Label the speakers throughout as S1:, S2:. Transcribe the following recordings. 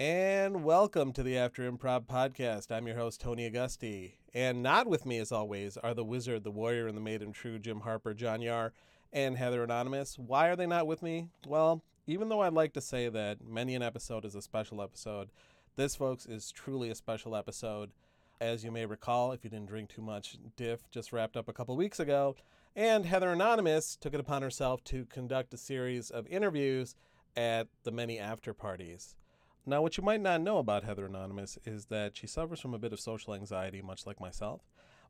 S1: And welcome to the After Improv podcast. I'm your host, Tony Augusti. And not with me, as always, are the wizard, the warrior, and the maiden true, Jim Harper, John Yar, and Heather Anonymous. Why are they not with me? Well, even though I'd like to say that many an episode is a special episode, this, folks, is truly a special episode. As you may recall, if you didn't drink too much, Diff just wrapped up a couple weeks ago. And Heather Anonymous took it upon herself to conduct a series of interviews at the many after parties. Now, what you might not know about Heather Anonymous is that she suffers from a bit of social anxiety, much like myself.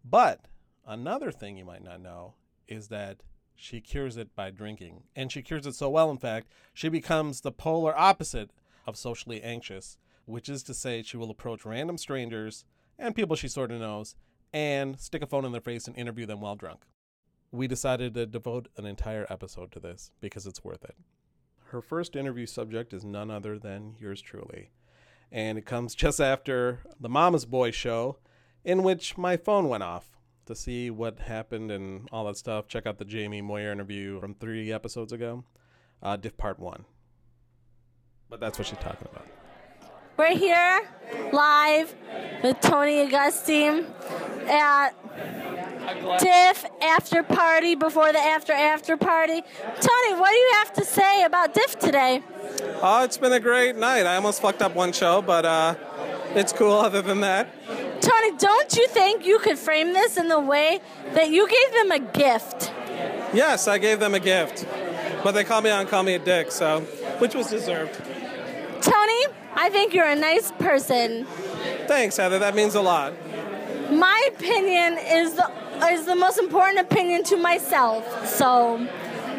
S1: But another thing you might not know is that she cures it by drinking. And she cures it so well, in fact, she becomes the polar opposite of socially anxious, which is to say, she will approach random strangers and people she sort of knows and stick a phone in their face and interview them while drunk. We decided to devote an entire episode to this because it's worth it. Her first interview subject is none other than yours truly. And it comes just after the Mama's Boy show, in which my phone went off to see what happened and all that stuff. Check out the Jamie Moyer interview from three episodes ago, uh, Diff Part 1. But that's what she's talking about.
S2: We're here live with Tony Augustine at Diff After Party before the After After Party. Tony, what do you have to say about Diff today?
S1: Oh, it's been a great night. I almost fucked up one show, but uh, it's cool other than that.
S2: Tony, don't you think you could frame this in the way that you gave them a gift?
S1: Yes, I gave them a gift, but they called me on, called me a dick, so which was deserved.
S2: Tony, I think you're a nice person.
S1: Thanks, Heather. That means a lot.
S2: My opinion is the is the most important opinion to myself. So,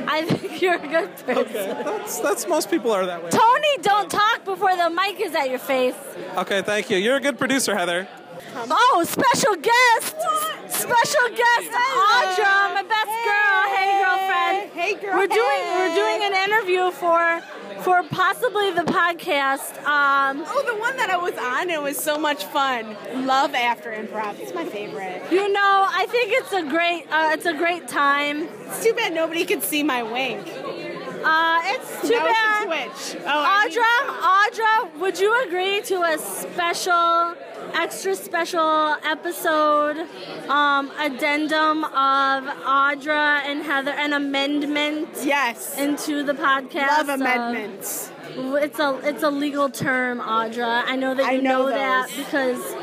S2: I think you're a good person.
S1: Okay, that's that's most people are that way.
S2: Tony, don't talk before the mic is at your face.
S1: Okay, thank you. You're a good producer, Heather.
S2: Oh, special guest! Special guest, Audra, my best girl. Hey, girlfriend.
S3: Hey, girl.
S2: We're doing we're doing an interview for for possibly the podcast. Um,
S3: Oh, the one that I was on. It was so much fun. Love after improv. It's my favorite.
S2: you know, I think it's a great uh, it's a great time.
S3: It's too bad nobody could see my wink.
S2: Uh, it's too
S3: Now it's
S2: bad.
S3: a Twitch. Oh, I need-
S2: Audra, Audra, would you agree to a special, extra special episode um, addendum of Audra and Heather, an amendment
S3: yes.
S2: into the podcast?
S3: Love
S2: of-
S3: amendments.
S2: it's a it's a legal term, Audra. I know that
S3: I
S2: you
S3: know
S2: that
S3: those.
S2: because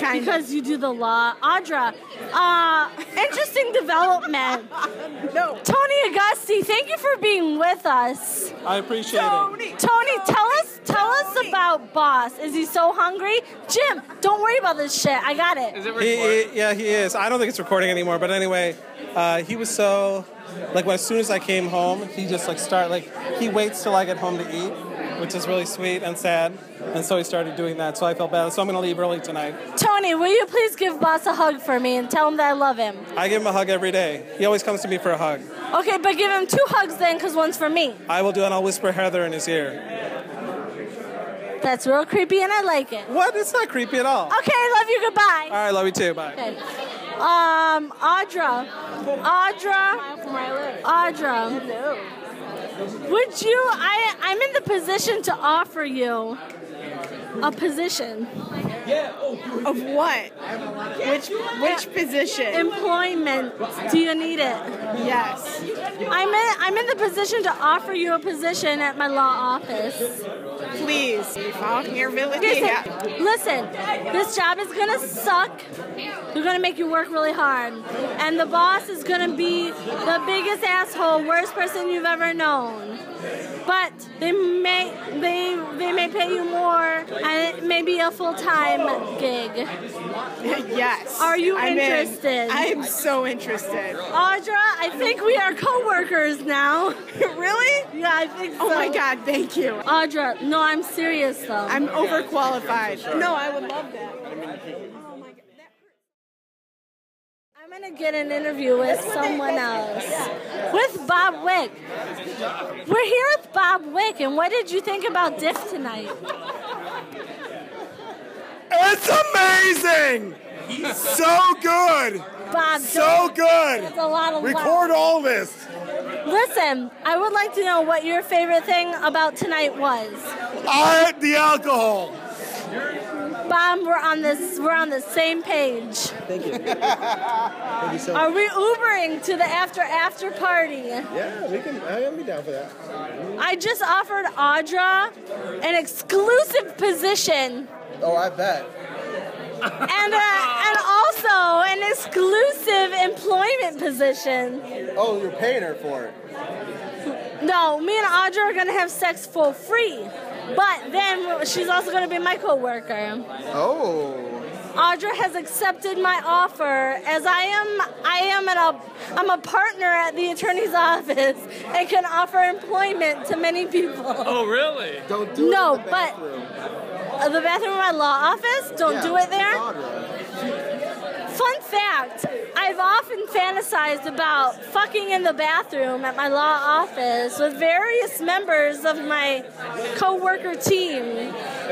S3: Kind of.
S2: because you do the law, Audra. Uh, interesting development.
S3: No.
S2: Tony Augusti, thank you for being with us.
S1: I appreciate it.
S3: Tony.
S2: Tony, tell us tell us about Boss. Is he so hungry? Jim, don't worry about this shit. I got it.
S1: He, he- yeah, he is. I don't think it's recording anymore, but anyway, uh, he was so like when, as soon as I came home, he just like start like he waits till I get home to eat, which is really sweet and sad. And so he started doing that. So I felt bad. So I'm gonna leave early tonight.
S2: Tony, will you please give Boss a hug for me and tell him that I love him?
S1: I give him a hug every day. He always comes to me for a hug.
S2: Okay, but give him two hugs then, cause one's for me.
S1: I will do it. and I'll whisper Heather in his ear.
S2: That's real creepy and I like it. Okay,
S1: What? It's not creepy at all.
S2: I love you. Goodbye.
S1: All right, love you too. Bye.
S2: Okay. Um, Audra, Audra,
S3: From where I live.
S2: Audra. Would you? I I'm in the position to offer you a position,
S3: Of what? Which which position?
S2: employment. Do you need it?
S3: Yes.
S2: I'm in, I'm in the position to offer you a position at my law office.
S3: Please. Out here, village.
S2: Listen,
S3: Yeah.
S2: listen, this job is gonna suck. They're gonna make you work really hard. And the boss is gonna be the biggest asshole, worst person you've ever known. But they may they they may pay you more and it may be a full time gig.
S3: Yes.
S2: Are you
S3: I'm in.
S2: interested?
S3: I am so interested.
S2: Audra, I think we are co-workers now.
S3: really?
S2: Yeah, I think so.
S3: Oh my god, thank you.
S2: Audra, no, I'm serious though.
S3: I'm overqualified. No, I would love that. Oh my god. That-
S2: I'm gonna get an interview with someone else. With Bob Wick. We're here with Bob Wick, and what did you think about Diff tonight?
S4: It's amazing! so good!
S2: Bob,
S4: So good!
S2: that's a lot of
S4: Record all this.
S2: love. Listen, I would like to know what your favorite thing about tonight was.
S4: I the alcohol.
S2: Bob, we're on this. We're on the same page.
S5: Thank you. Thank you so
S2: Are
S5: much.
S2: we Ubering to the after after party?
S5: Yeah, we can. I am down for that.
S2: I just offered Audra an exclusive position
S5: Oh, I bet.
S2: and a, and also an exclusive employment position.
S5: Oh, you're paying her for it.
S2: No, me and Audra are gonna have sex for free, but then she's also gonna be my coworker.
S5: Oh.
S2: Audra has accepted my offer as I am I am an op- I'm a partner at the attorney's office and can offer employment to many people.
S6: Oh, really?
S5: Don't do
S2: No,
S5: it. in the
S2: but-
S5: bathroom.
S2: Uh, The bathroom in my law office, don't
S5: Yeah,
S2: do it there.
S5: Audra.
S2: Fun fact I've often fantasized about fucking in the bathroom at my law office with various members of my co worker team.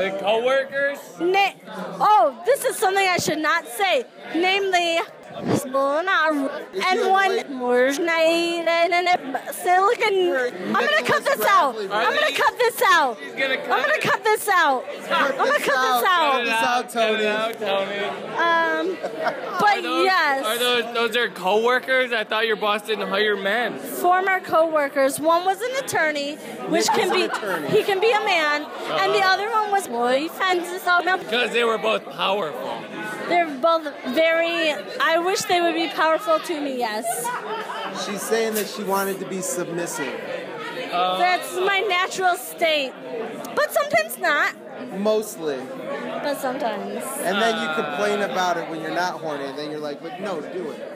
S6: The coworkers?
S2: Na- oh, this is something I should not say. Namely, and one more night and a silicon. I'm gonna cut this out. I'm gonna cut this out.
S6: He's gonna
S2: I'm
S6: cut
S2: gonna
S6: it.
S2: cut this out. I'm gonna cut this
S6: Cut it
S2: out.
S6: out, cut it out, Tony.
S2: Um, but
S6: Those- Are
S2: yes,
S6: those those are coworkers? I thought your boss didn't hire men.
S2: former co-workers. One was an attorney, which can be he can be a man, and
S6: Uh-huh.
S2: the other one was boyfriend.
S6: Because they were both powerful.
S2: They're both very. I wish they would be powerful to me. Yes.
S5: She's saying that she wanted to be submissive,
S2: That's my natural state. But sometimes not.
S5: mostly.
S2: But sometimes.
S5: And then you complain about it when you're not horny, and then you're like, but no, do it.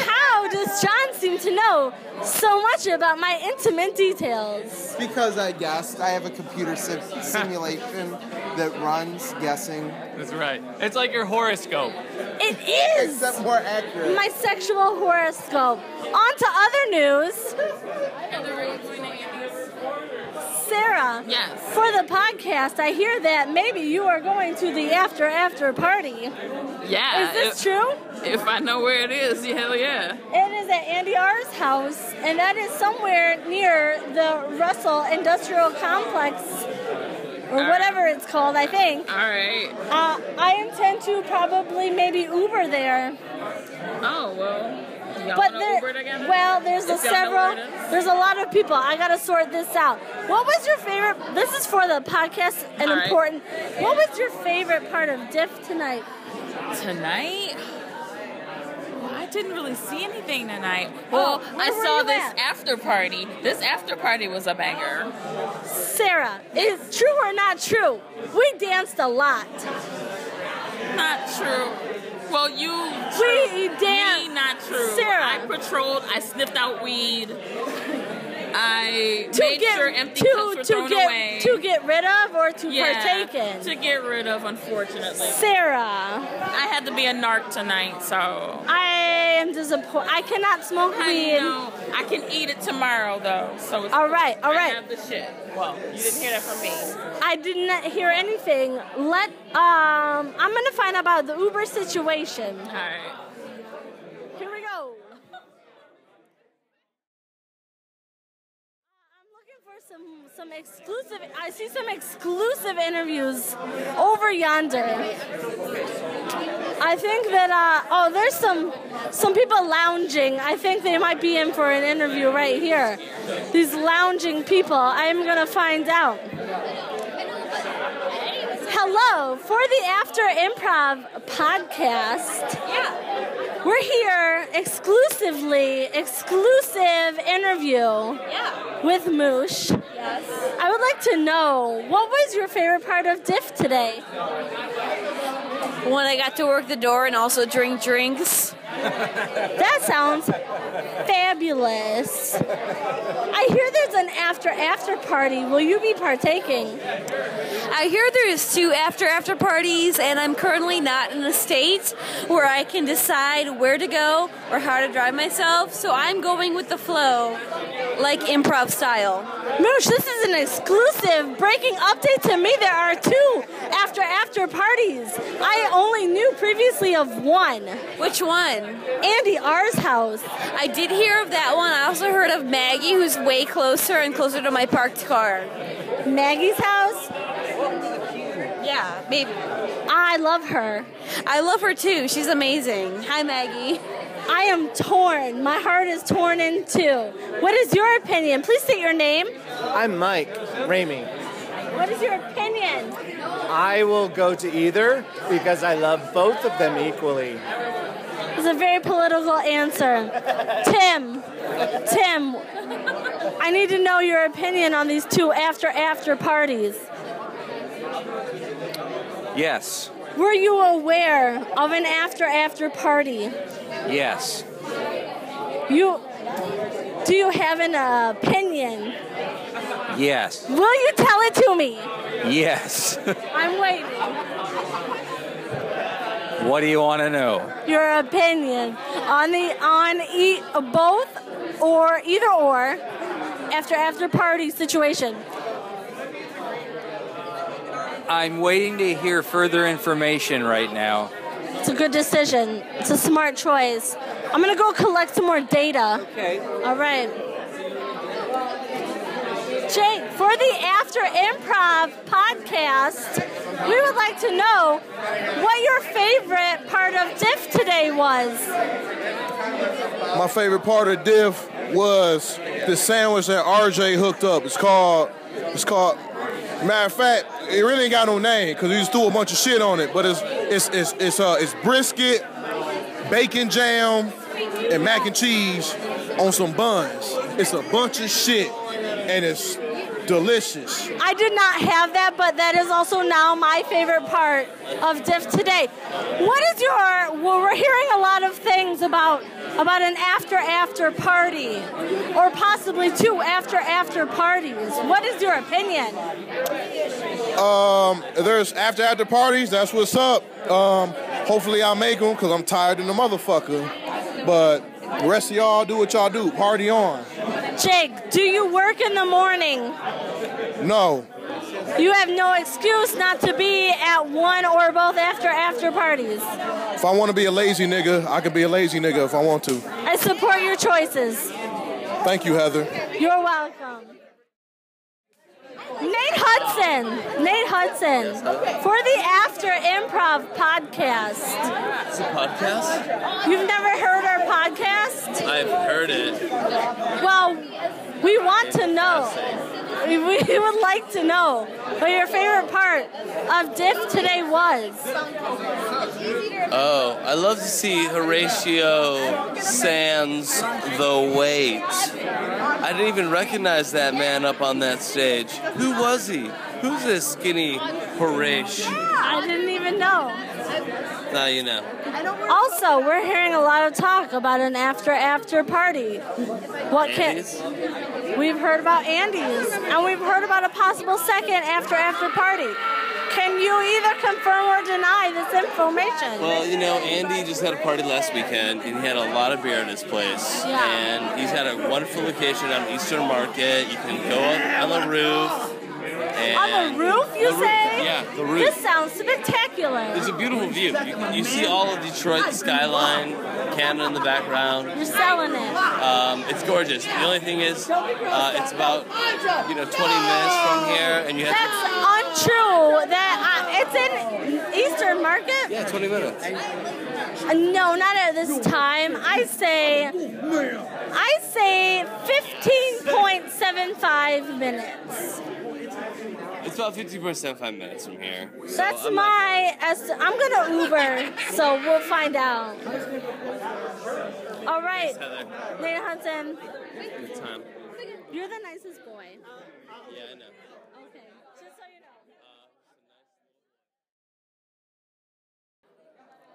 S2: How does John seem to know so much about my intimate details?
S5: Because I guessed. I have a computer sim- simulation that runs guessing,
S6: That's right. It's like your horoscope.
S2: It is
S5: except more accurate.
S2: my sexual horoscope. On to other news. Sarah.
S7: Yes.
S2: For the podcast, I hear that maybe you are going to the after after party.
S7: Yeah.
S2: Is this
S7: if,
S2: true?
S7: If I know where it is, yeah, hell yeah.
S2: It is at Andy R's house, and that is somewhere near the Russell Industrial Complex, or whatever it's called, I think.
S7: All right.
S2: Uh, I intend to probably maybe Uber there,
S7: Oh well. Y'all
S2: but
S7: wanna
S2: there,
S7: Uber together?
S2: well, there's a
S7: If y'all know where
S2: several,
S7: it is?
S2: there's a lot of people. I gotta sort this out. What was your favorite? This is for the podcast and
S7: All right.
S2: important. What was your favorite part of Diff tonight?
S7: tonight. Well, I didn't really see anything tonight. Well,
S2: where
S7: I
S2: were
S7: saw
S2: you
S7: this
S2: at?
S7: after party. This after party was a banger.
S2: Sarah, is it true or not true? We danced a lot.
S7: Not true. Well, you
S2: We
S7: me
S2: danced.
S7: not true.
S2: Sarah.
S7: I patrolled. I sniffed out weed. I
S2: to
S7: made
S2: get
S7: sure empty
S2: to,
S7: cups were
S2: to
S7: thrown
S2: get
S7: away.
S2: to get rid of or to
S7: yeah,
S2: partake
S7: to
S2: in.
S7: get rid of. Unfortunately,
S2: Sarah,
S7: I had to be a narc tonight, so.
S2: I am disappointed. I cannot smoke
S7: I
S2: weed.
S7: know. I can eat it tomorrow though. So it's
S2: All right, all
S7: I
S2: right.
S7: have the shit. Well, you didn't hear that from me.
S2: I did not hear anything. Let um, I'm gonna find out about the Uber situation.
S7: All right.
S2: Here we go. I'm looking for some some exclusive. I see some exclusive interviews over yonder. I think that uh, oh, there's some some people lounging. I think they might be in for an interview right here. These lounging people. I'm gonna find out. Hello for the After Improv podcast. We're here exclusively, exclusive interview with Moosh. Yes. I would like to know what was your favorite part of Diff today?
S8: when I got to work the door and also drink drinks.
S2: That sounds fabulous. I hear there's an after after party. Will you be partaking?
S8: I hear there is two after after parties, and I'm currently not in a state where I can decide where to go or how to drive myself. So I'm going with the flow, like improv style.
S2: Moosh, this is an exclusive breaking update to me. There are two after after parties. I only knew previously of one,
S8: Which one?
S2: Andy R's house.
S8: I did hear of that one. I also heard of Maggie, who's way closer and closer to my parked car.
S2: Maggie's house.
S8: Yeah, maybe.
S2: I love her.
S8: I love her too. She's amazing. Hi, Maggie.
S2: I am torn. My heart is torn in two. What is your opinion? Please state your name.
S9: I'm Mike Ramey.
S2: What is your opinion?
S9: I will go to either because I love both of them equally.
S2: It's a very political answer. Tim, Tim, I need to know your opinion on these two after after parties.
S10: Yes.
S2: Were you aware of an after after party?
S10: Yes.
S2: You do you have an opinion?
S10: Yes.
S2: Will you tell it to me?
S10: Yes.
S2: I'm waiting.
S10: what do you want to know?
S2: Your opinion on the on e- both or either or after after party situation.
S10: I'm waiting to hear further information right now.
S2: It's a good decision. It's a smart choice. I'm gonna go collect some more data.
S10: Okay.
S2: All right. Jake, for the After Improv podcast, we would like to know what your favorite part of DIF today was.
S11: My favorite part of Diff was the sandwich that RJ hooked up. It's called, it's called, matter of fact, it really ain't got no name because he just threw a bunch of shit on it, but it's, it's, it's, it's, uh, it's brisket, bacon jam, and mac and cheese on some buns. It's a bunch of shit and it's delicious.
S2: I did not have that, but that is also now my favorite part of DIF today. What is your? Well, we're hearing a lot of things about about an after after party, or possibly two after after parties. What is your opinion?
S11: Um, there's after after parties. That's what's up. Um, hopefully I make them because I'm tired than a motherfucker. But the rest of y'all do what y'all do. Party on.
S2: Jake, do you work in the morning?
S11: No,
S2: You have no excuse not to be at one or both after after parties.
S11: if I want to be a lazy nigga, I can be a lazy nigga if I want to.
S2: I support your choices.
S11: Thank you, Heather.
S2: You're welcome. Nate Hudson, Nate Hudson, for the After Improv podcast.
S12: It's a podcast?
S2: You've never heard our podcast?
S12: I've heard it.
S2: Well, we want to know. We we would like to know what your favorite part of Diff today was.
S12: Oh, I love to see Horatio Sands The Wait. I didn't even recognize that man up on that stage. Who was he? Who's this skinny Horatio?
S2: I didn't even know.
S12: Now you know.
S2: Also, we're hearing a lot of talk about an after after party. What can
S12: Andy's?
S2: we've heard about Andy's and we've heard about a possible second after after party. Can you either confirm or deny this information?
S12: Well, you know, Andy just had a party last weekend, and he had a lot of beer at his place.
S2: Yeah.
S12: And he's had a wonderful location on Eastern Market. You can go up on the roof.
S2: On
S12: And
S2: the roof, you
S12: The roof,
S2: say?
S12: yeah, the roof.
S2: This sounds spectacular.
S12: It's a beautiful view. You, you see all of Detroit skyline, Canada in the background.
S2: You're selling it.
S12: Um, it's gorgeous. The only thing is, uh, it's about you know 20 minutes from here, and you have
S2: That's untrue. That uh, it's in Eastern Market.
S12: yeah 20 minutes.
S2: Uh, No, not at this time. I say, I say, fifteen point seven five minutes.
S12: It's about 50 percent five minutes from here.
S2: That's my. As I'm gonna Uber, so we'll find out. All right, Nate Hudson,
S12: Good time.
S2: you're the nicest boy.
S12: Yeah, I know.
S2: Okay, just so you know.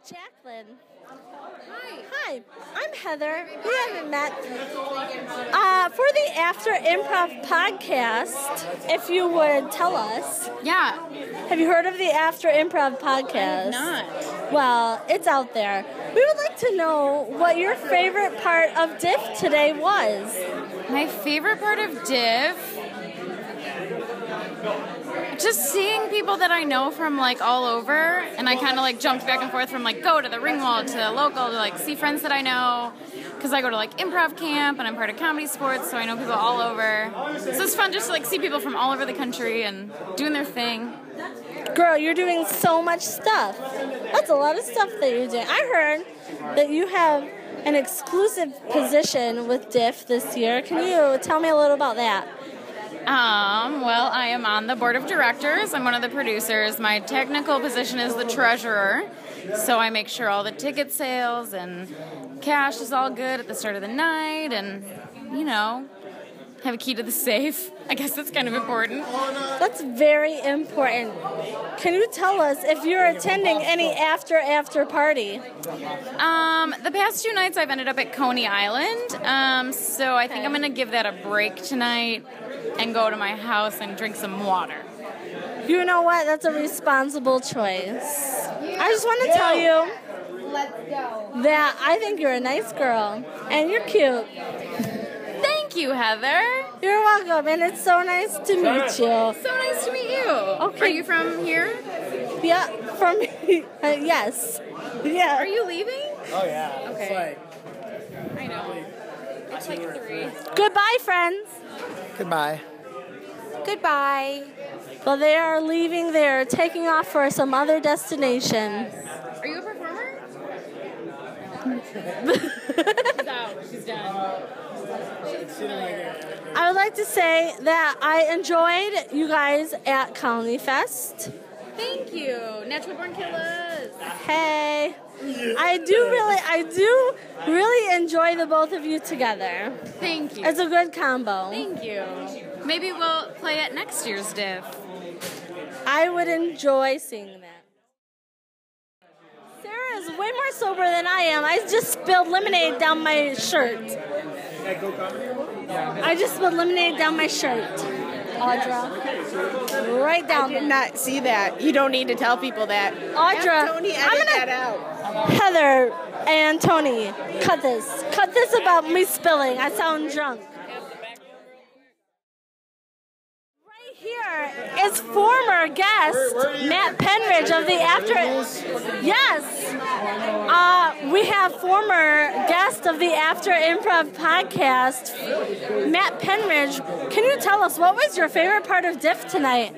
S2: Jacqueline. Hi. Hi, I'm Heather. We haven't met. Uh, for the After Improv podcast, if you would tell us,
S3: Yeah.
S2: have you heard of the After Improv podcast?
S3: not.
S2: Well, it's out there. We would like to know what your favorite part of Diff today was.
S7: My favorite part of Div.
S13: just seeing people that I know from like all over, and I kind of like jumped back and forth from like go to the Ringwall to local to like see friends that I know, because I go to like improv camp and I'm part of comedy sports, so I know people all over. So it's fun just to like see people from all over the country and doing their thing.
S2: Girl, you're doing so much stuff. That's a lot of stuff that you're doing. I heard that you have an exclusive position with Diff this year. Can you tell me a little about that?
S13: Um, well, I am on the board of directors. I'm one of the producers. My technical position is the treasurer. So I make sure all the ticket sales and cash is all good at the start of the night and, you know, have a key to the safe. I guess that's kind of important.
S2: That's very important. Can you tell us if you're attending any after after party?
S13: Um, the past two nights I've ended up at Coney Island, um, so I think I'm gonna give that a break tonight and go to my house and drink some water.
S2: You know what? That's a responsible choice. I just want to tell you
S14: Let's go.
S2: that I think you're a nice girl and you're cute.
S13: Thank you, Heather.
S2: You're welcome, and it's so nice to meet you.
S13: So nice to meet you. Are you from here?
S2: Yeah, from uh, yes, yeah.
S13: Are you leaving?
S9: Oh yeah.
S13: Okay. I know. It's like three.
S2: Goodbye, friends.
S9: Goodbye.
S2: Goodbye. Well, they are leaving. They are taking off for some other destination.
S13: Are you a performer? She's out. She's done. She's familiar.
S2: I would like to say that I enjoyed you guys at Colony Fest.
S13: Thank you, Natural Born Killers.
S2: Hey, I do really, I do really enjoy the both of you together.
S13: Thank you.
S2: It's a good combo.
S13: Thank you. Maybe we'll play at next year's diff.
S2: I would enjoy seeing that. Sarah is way more sober than I am. I just spilled lemonade down my shirt. I just spilled lemonade down my shirt. Audra. Right down
S3: I did not see that. You don't need to tell people that.
S2: Audra,
S3: Have Tony, edit
S2: I'm gonna-
S3: that out.
S2: Heather and Tony, cut this. Cut this about me spilling. I sound drunk. Right here is former guest Matt Penridge of the After. Yes. Uh, we have former guest of the After Improv podcast, Matt Penridge. Can you tell us what was your favorite part of Diff tonight?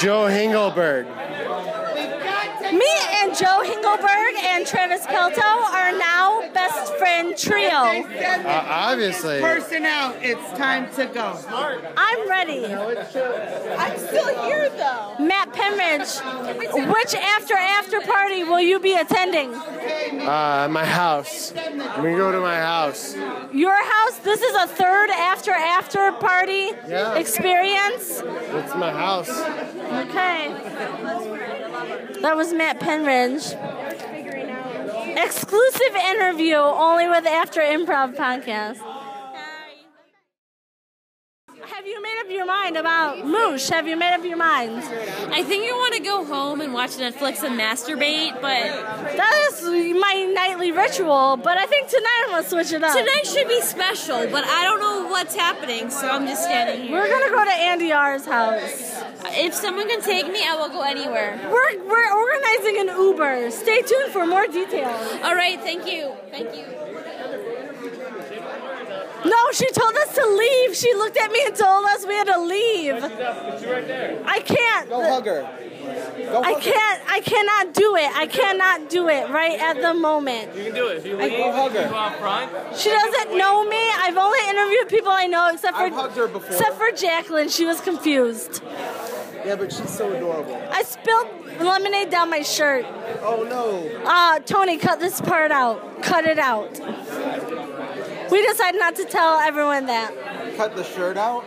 S9: Joe Hingelberg.
S2: Me and Joe Hingelberg and Travis Pelto are now best friend trio.
S15: Uh,
S9: obviously.
S15: Person out. It's time to go.
S2: I'm ready.
S3: I'm still here though.
S2: Matt Penridge, which after after party will you be attending?
S9: Uh, my house. I'm gonna go to my house.
S2: Your house? This is a third after after party
S9: Yeah.
S2: experience.
S9: It's my house.
S2: Okay. That was Matt Penridge. Exclusive interview only with After Improv podcast. Have you made up your mind about Moosh? Have you made up your mind?
S8: I think you want to go home and watch Netflix and masturbate, but
S2: that is my nightly ritual. But I think tonight I'm gonna switch it up.
S8: Tonight should be special, but I don't know what's happening, so I'm just standing here.
S2: We're gonna go to Andy R's house.
S8: If someone can take me, I will go anywhere.
S2: We're, we're organizing an Uber. Stay tuned for more details.
S8: All right, thank you. Thank you.
S2: No, she told us to leave. She looked at me and told us we had to leave. I can't.
S5: Go hug her. Go
S2: I
S5: hug her.
S2: can't. I cannot do it. I cannot do it right at the moment.
S6: You can do it. If you
S2: I-
S6: leave,
S2: Go hug her.
S6: you go out front.
S2: She doesn't know me. I've only interviewed people I know except for
S5: I've hugged her before.
S2: except for Jacqueline. She was confused.
S5: Yeah, but she's so adorable.
S2: I spilled lemonade down my shirt.
S5: Oh no.
S2: Uh, Tony, cut this part out. Cut it out. We decided not to tell everyone that.
S5: Cut the shirt out.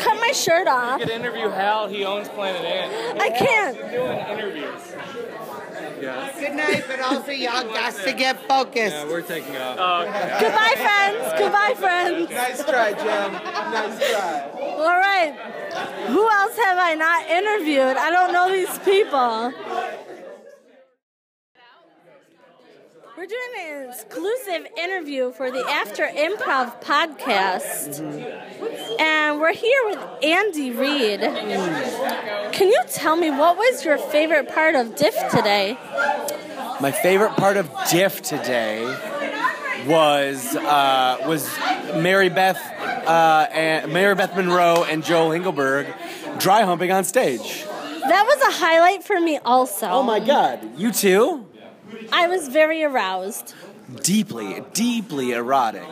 S2: Cut my shirt off.
S6: You could interview Hal. He owns Planet Ant.
S2: I can't.
S6: He's doing interviews.
S15: Good night, but also y'all got to get focused.
S10: Yeah, we're taking off.
S2: Goodbye, friends. Goodbye, friends.
S5: Nice try, Jim. Nice try.
S2: All right. Who else have I not interviewed? I don't know these people. We're doing an exclusive interview for the After Improv podcast. And we're here with Andy Reid. Can you tell me what was your favorite part of Diff today?
S14: My favorite part of Diff today was uh, was Mary Beth uh, and Mary Beth Monroe and Joel Engelberg dry humping on stage.
S2: That was a highlight for me, also.
S14: Oh my God! You too?
S2: I was very aroused.
S14: Deeply, deeply erotic.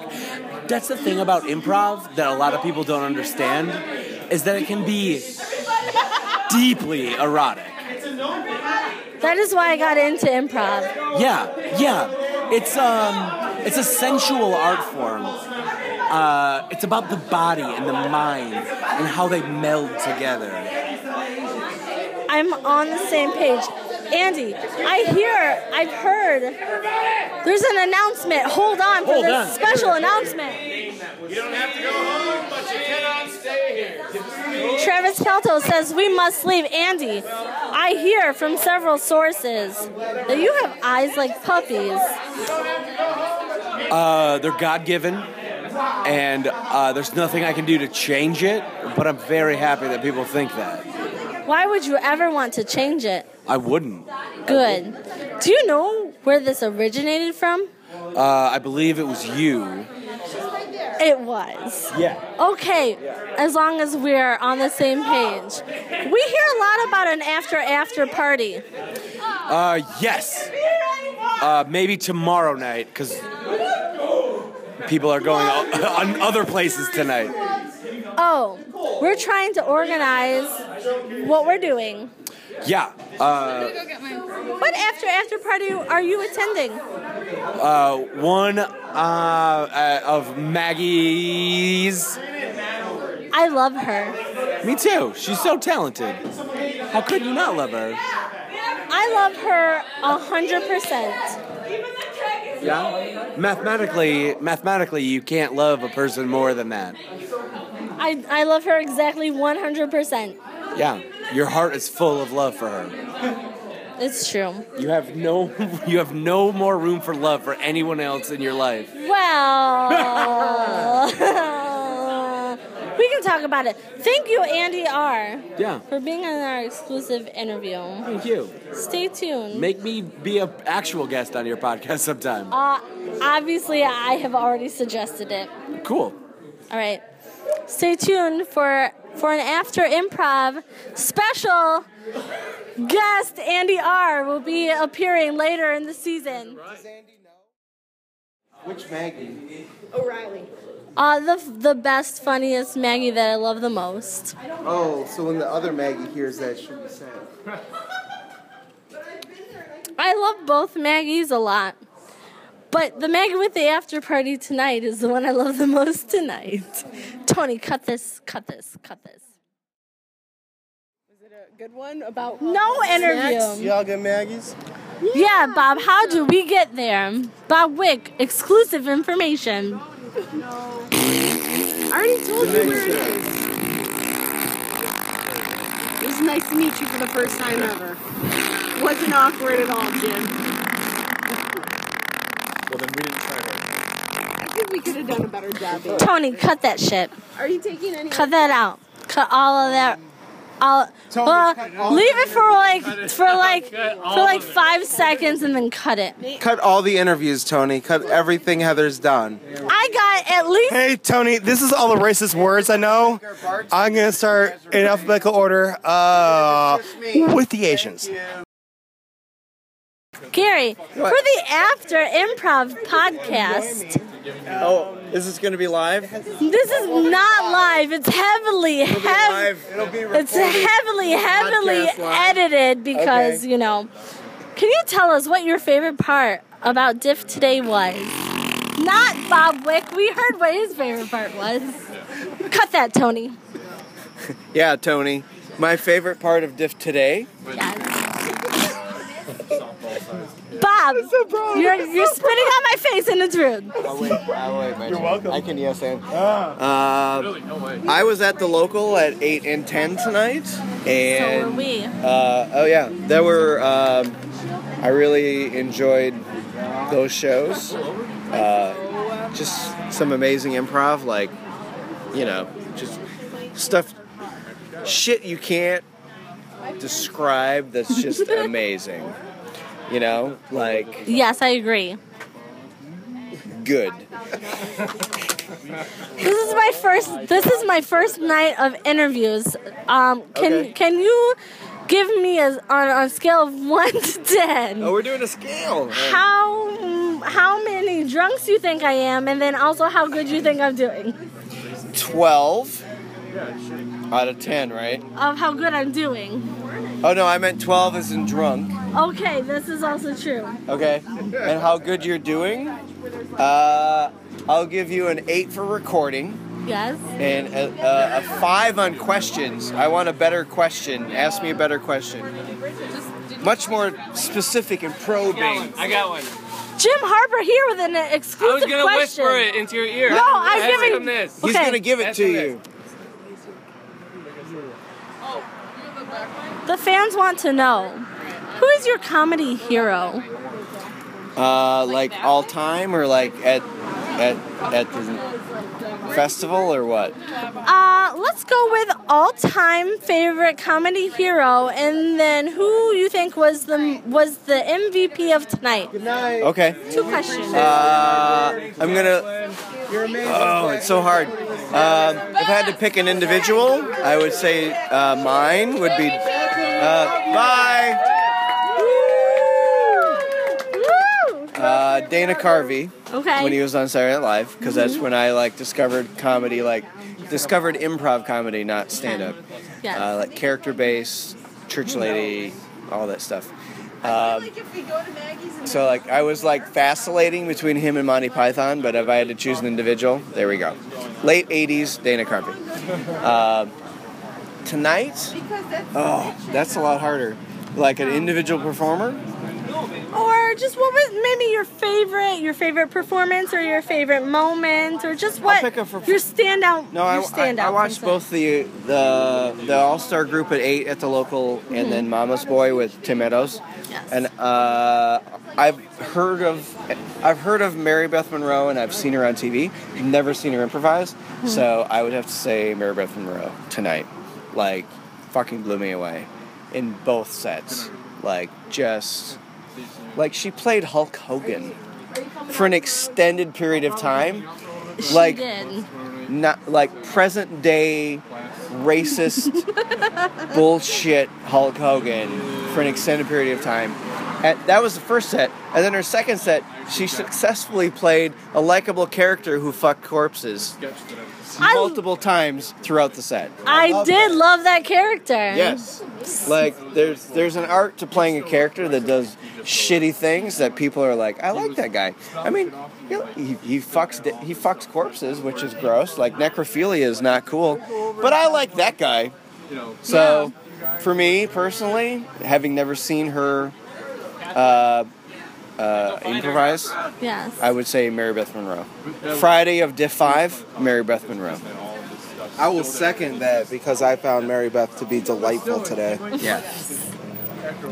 S14: That's the thing about improv that a lot of people don't understand is that it can be deeply erotic.
S2: That is why I got into improv.
S14: Yeah, yeah. It's um, it's a sensual art form. Uh, it's about the body and the mind and how they meld together.
S2: I'm on the same page. Andy, I hear, I've heard, there's an announcement. Hold on for
S16: Hold
S2: this
S16: on.
S2: special announcement.
S16: You don't have to go home, but you cannot stay here.
S2: Travis Pelto says we must leave. Andy, I hear from several sources that you have eyes like puppies.
S14: Uh, they're God given, and uh, there's nothing I can do to change it. But I'm very happy that people think that.
S2: Why would you ever want to change it?
S14: I wouldn't.
S2: Good. Do you know where this originated from?
S14: Uh, I believe it was you.
S2: It was.
S14: Yeah.
S2: Okay, as long as we're on the same page. We hear a lot about an after after party.
S14: Uh, yes. Uh, maybe tomorrow night, because people are going o- on other places tonight.
S2: Oh, we're trying to organize what we're doing.
S14: Yeah. Uh,
S2: What after after party are you attending?
S14: uh, one uh, uh, of Maggie's.
S2: I love her.
S14: Me too. She's so talented. How could you not love her?
S2: I love her a hundred percent.
S14: Yeah. Mathematically, mathematically, you can't love a person more than that.
S2: I, I love her exactly one hundred percent.
S14: Yeah. Your heart is full of love for her.
S2: It's true.
S14: You have no, you have no more room for love for anyone else in your life.
S2: Well, we can talk about it. Thank you, Andy R.
S14: Yeah.
S2: For being on our exclusive interview.
S14: Thank you.
S2: Stay tuned.
S14: Make me be an actual guest on your podcast sometime.
S2: uh, obviously, I have already suggested it.
S14: Cool.
S2: All right. Stay tuned for for an after improv special guest Andy R will be appearing later in the season.
S5: Which Maggie?
S3: O'Reilly.
S2: Uh, the the best funniest Maggie that I love the most.
S5: Oh, so when the other Maggie hears that, she'll be sad.
S2: I love both Maggies a lot. But the Maggie with the after party tonight is the one I love the most tonight. Tony, cut this, cut this, cut this.
S3: Good one about
S2: No interview.
S17: Y'all get Maggie's?
S2: Yeah, Bob, how do we get there? Bob Wick, exclusive information.
S3: I already told you where it is. It was nice to meet you for the first time ever. Wasn't awkward at all, Jim.
S17: Well, then we didn't try that.
S3: I think we could have done a better job. babe.
S2: Tony, cut that shit.
S3: Are you taking any?
S2: Cut that out. Cut all of that. All,
S3: Tony,
S2: well,
S3: cut all
S2: leave
S3: of
S2: it for like
S3: it
S2: for
S3: out.
S2: like
S3: Cut
S2: for
S3: all
S2: like
S3: of it.
S2: five seconds and then cut it.
S5: Cut all the interviews, Tony. Cut everything Heather's done.
S2: I got at least
S17: Hey, Tony, this is all the racist words I know. I'm going to start in alphabetical order uh, with the Asians.
S2: Gary for the after improv podcast.
S17: Oh, is this going to be live?
S2: This is not live. It's heavily, heavily, it's heavily, heavily
S17: Podcast live.
S2: edited because
S17: Okay.
S2: you know. Can you tell us what your favorite part about Diff today was? Not Bob Wick. We heard what his favorite part was. Cut that, Tony.
S17: Yeah, Tony. My favorite part of Diff today
S2: Bob, you're, you're spitting on my face and it's rude.
S18: You're welcome. I can yes and. Uh, I was at the local at eight and ten tonight, and
S7: So were we.
S18: Uh, oh yeah, there were. Um, I really enjoyed those shows. Uh, just some amazing improv, like you know, just stuff, shit you can't describe. That's just amazing. You know, like
S2: Yes, I agree.
S18: good.
S2: This is my first. This is my first night of interviews. Um, can can you give me a, on on a scale of one to ten?
S18: Oh, we're doing a scale.
S2: How mm, how many drunks you think I am, and then also how good you think I'm doing
S18: 12 out of 10, right?
S2: of how good I'm doing.
S18: Oh no, I meant 12 as in drunk.
S2: Okay, this is also true.
S18: Okay. And how good you're doing? Uh, I'll give you an 8 for recording
S2: Yes.
S18: and a, uh, a, a 5 on questions. I want a better question. Ask me a better question. Much more specific and probing.
S6: I got one.
S2: Jim Harper here with an
S6: I
S2: exclusive
S6: was gonna
S2: question.
S6: whisper it into your ear.
S2: No, I'm
S6: Ask
S2: giving-
S6: him this.
S2: He's Okay. gonna give it
S6: Ask
S2: to
S6: him
S2: you.
S6: this.
S2: The fans want to know who is your comedy hero?
S18: Uh, like all time or like at at at the festival or what?
S2: Uh, let's go with all-time favorite comedy hero, and then who you think was the was the MVP of tonight? Good night.
S18: Okay.
S2: Two questions.
S18: Uh, I'm gonna. Oh, it's so hard. Um, if I had to pick an individual, I would say uh, mine would be. Uh, bye. Uh, Dana Carvey.
S2: Okay.
S18: When he was on Saturday Night Live, because that's when I like discovered comedy, like discovered improv comedy, not stand up.
S2: Yes.
S18: Uh, like character based, church lady, all that stuff. Um, so like I was like vacillating between him and Monty Python, but if I had to choose an individual, there we go. Late '80s, Dana Carvey. Um tonight, oh, that's a lot harder. Like an individual performer.
S2: or just what was maybe your favorite your favorite performance or your favorite moment or just what your standout
S18: No, I,
S2: your
S18: I,
S2: standout
S18: I watched
S2: from
S18: both the the the All Star Group at eight at the local,
S2: Mhm.
S18: and then Mama's Boy with Tim Meadows. And uh, I've heard of I've heard of Mary Beth Monroe, and I've seen her on TV. Never seen her improvise,
S14: Mhm.
S18: so I would have to say Mary Beth Monroe tonight. Like, fucking blew me away in both sets. Like, just like she played Hulk Hogan for an extended period of time.
S2: She
S18: Like
S2: did.
S18: not like present day racist bullshit Hulk Hogan for an extended period of time. And that was the first set, and then her second set, she successfully played a likable character who fucked corpses multiple times throughout the set.
S2: I, did love that character.
S18: Yes. Like there's there's an art to playing a character that does shitty things that people are like, I like that guy. I mean, you know, he, he fucks di- he fucks corpses, which is gross. Like necrophilia is not cool, but I like that guy. So, for me personally, having never seen her uh, uh, improvise,
S2: Yes.
S18: I would say Mary Beth Monroe. Friday of Diff Five, Mary Beth Monroe.
S5: I will second that because I found Mary Beth to be delightful today. uh,
S18: Yeah.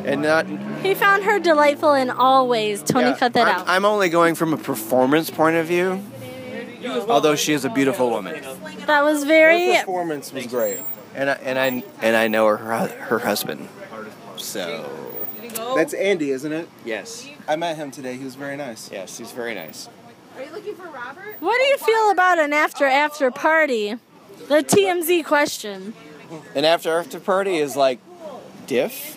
S18: And not
S2: He found her delightful in all ways. Tony
S18: Yeah,
S2: cut that
S18: I'm,
S2: out.
S18: I'm only going from a performance point of view, although she is a beautiful woman,
S2: That was very
S5: performance was great.
S18: and I, and I and I know her hu- her husband, so
S5: That's Andy, isn't it?
S18: yes,
S5: I met him today. He was very nice.
S18: Yes, he's very nice.
S2: Are you looking for Robert? What do you feel about an after after party? The TMZ question.
S18: And after after party is like diff,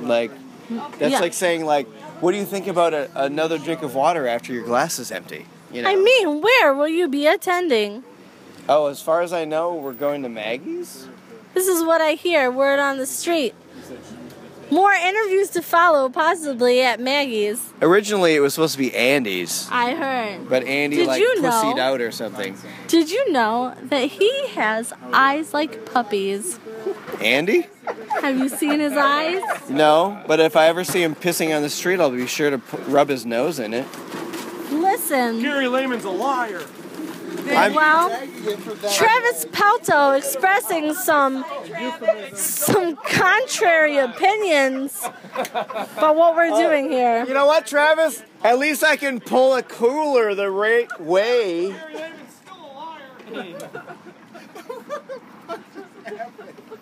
S18: like that's
S2: Yeah.
S18: like saying like, what do you think about a, another drink of water after your glass is empty? You know.
S2: I mean, where will you be attending?
S18: oh, as far as I know, we're going to Maggie's.
S2: This is what I hear, word on the street. More interviews to follow, possibly at Maggie's.
S18: Originally, it was supposed to be Andy's,
S2: I heard.
S18: but Andy
S2: Did
S18: like
S2: you know-
S18: pussied out or something.
S2: Did you know that he has eyes like puppies?
S18: Andy?
S2: Have you seen his eyes?
S18: No, but if I ever see him pissing on the street, I'll be sure to p- rub his nose in it.
S2: Listen.
S16: Gary Lehman's a liar.
S2: well, Travis Pelto expressing some some contrary opinions about what we're
S8: Uh,
S2: doing here.
S9: You know what, Travis? At least I can pull a cooler the right way.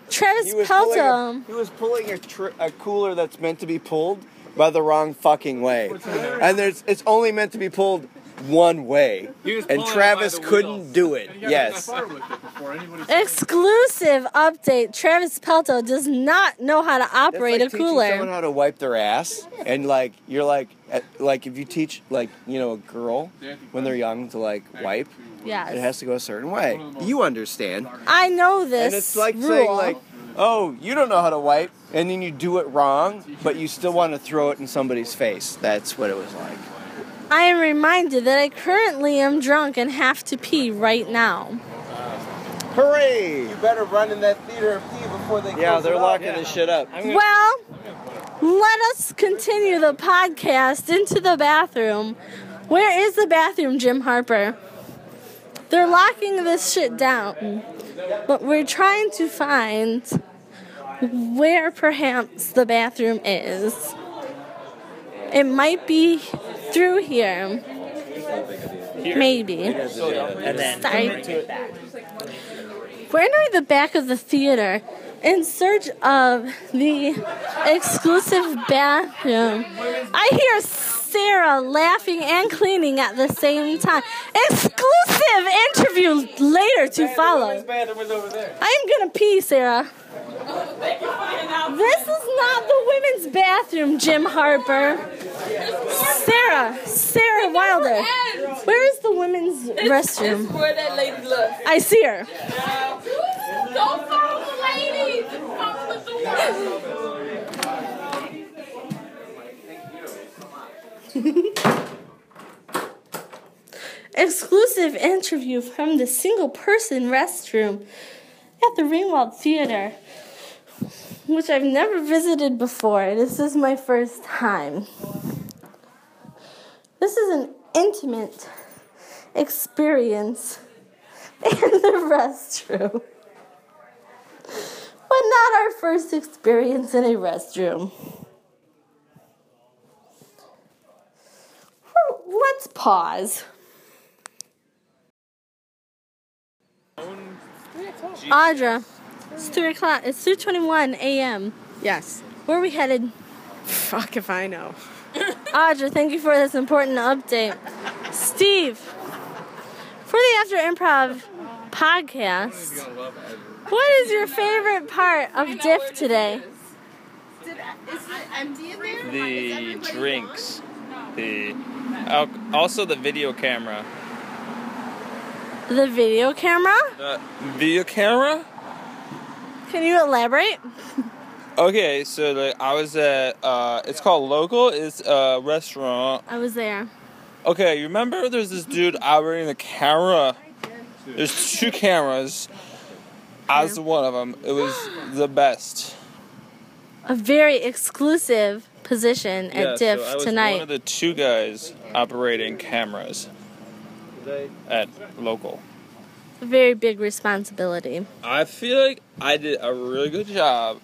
S2: Travis
S18: He was pulling a-
S2: Pelto.
S18: he was pulling a, tr- a cooler that's meant to be pulled by the wrong fucking way, and there's it's only meant to be pulled one way, and Travis couldn't do it. Yes.
S2: Exclusive update: Travis Pelto does not know how to operate a
S18: teaching someone
S2: cooler.
S18: how to wipe their ass and like you're like at, like if you teach like you know a girl when they're young to like wipe it
S2: Yes,
S18: has to go a certain way you understand
S2: I know this
S18: and it's like
S2: rule.
S18: saying like oh you don't know how to wipe and then you do it wrong but you still want to throw it in somebody's face that's what it was like
S2: I am reminded that I currently am drunk and have to pee right now.
S18: hooray
S5: You better run in that theater and pee before they
S18: yeah
S5: close it
S18: they're
S5: up.
S18: locking this shit up
S2: Well, let us continue the podcast into the bathroom. Where is the bathroom, Jim Harper? They're locking this shit down. But we're trying to find where perhaps the bathroom is. It might be through here. Maybe.
S16: And then
S2: Sorry.
S16: to it back.
S2: We're entering the back of the theater in search of the exclusive bathroom. I hear Sarah laughing and cleaning at the same time. Exclusive interview later to follow.
S6: bathroom is over there.
S2: I am gonna pee, Sarah. This is not the women's bathroom, Jim Harper. Sarah, Sarah Wilder. Where is the women's restroom?
S7: where that lady looks.
S2: I see her.
S7: Don't follow the ladies. Follow the
S2: Exclusive interview from the single person restroom at the Ringwald Theater, which I've never visited before. This is my first time. This is an intimate experience in the restroom, but not our first experience in a restroom. Let's pause. Audra, it's three o'clock. It's three twenty-one a.m. Yes. Where are we headed? Fuck if I know. Audra, thank you for this important update. Steve, for the After Improv podcast, what is your favorite part of Diff today?
S6: The drinks. The al- also the video camera.
S2: The video camera.
S6: The video camera?
S2: Can you elaborate?
S6: Okay, so like I was at uh it's called Local, it's a restaurant
S2: I was there.
S6: Okay, you remember there's this dude operating the camera? There's two cameras. I was one of them. It was the best.
S2: A very exclusive position at
S6: yeah,
S2: Diff
S6: so I was
S2: tonight.
S6: One of the two guys operating cameras at local.
S2: a very big responsibility.
S6: I feel like I did a really good job,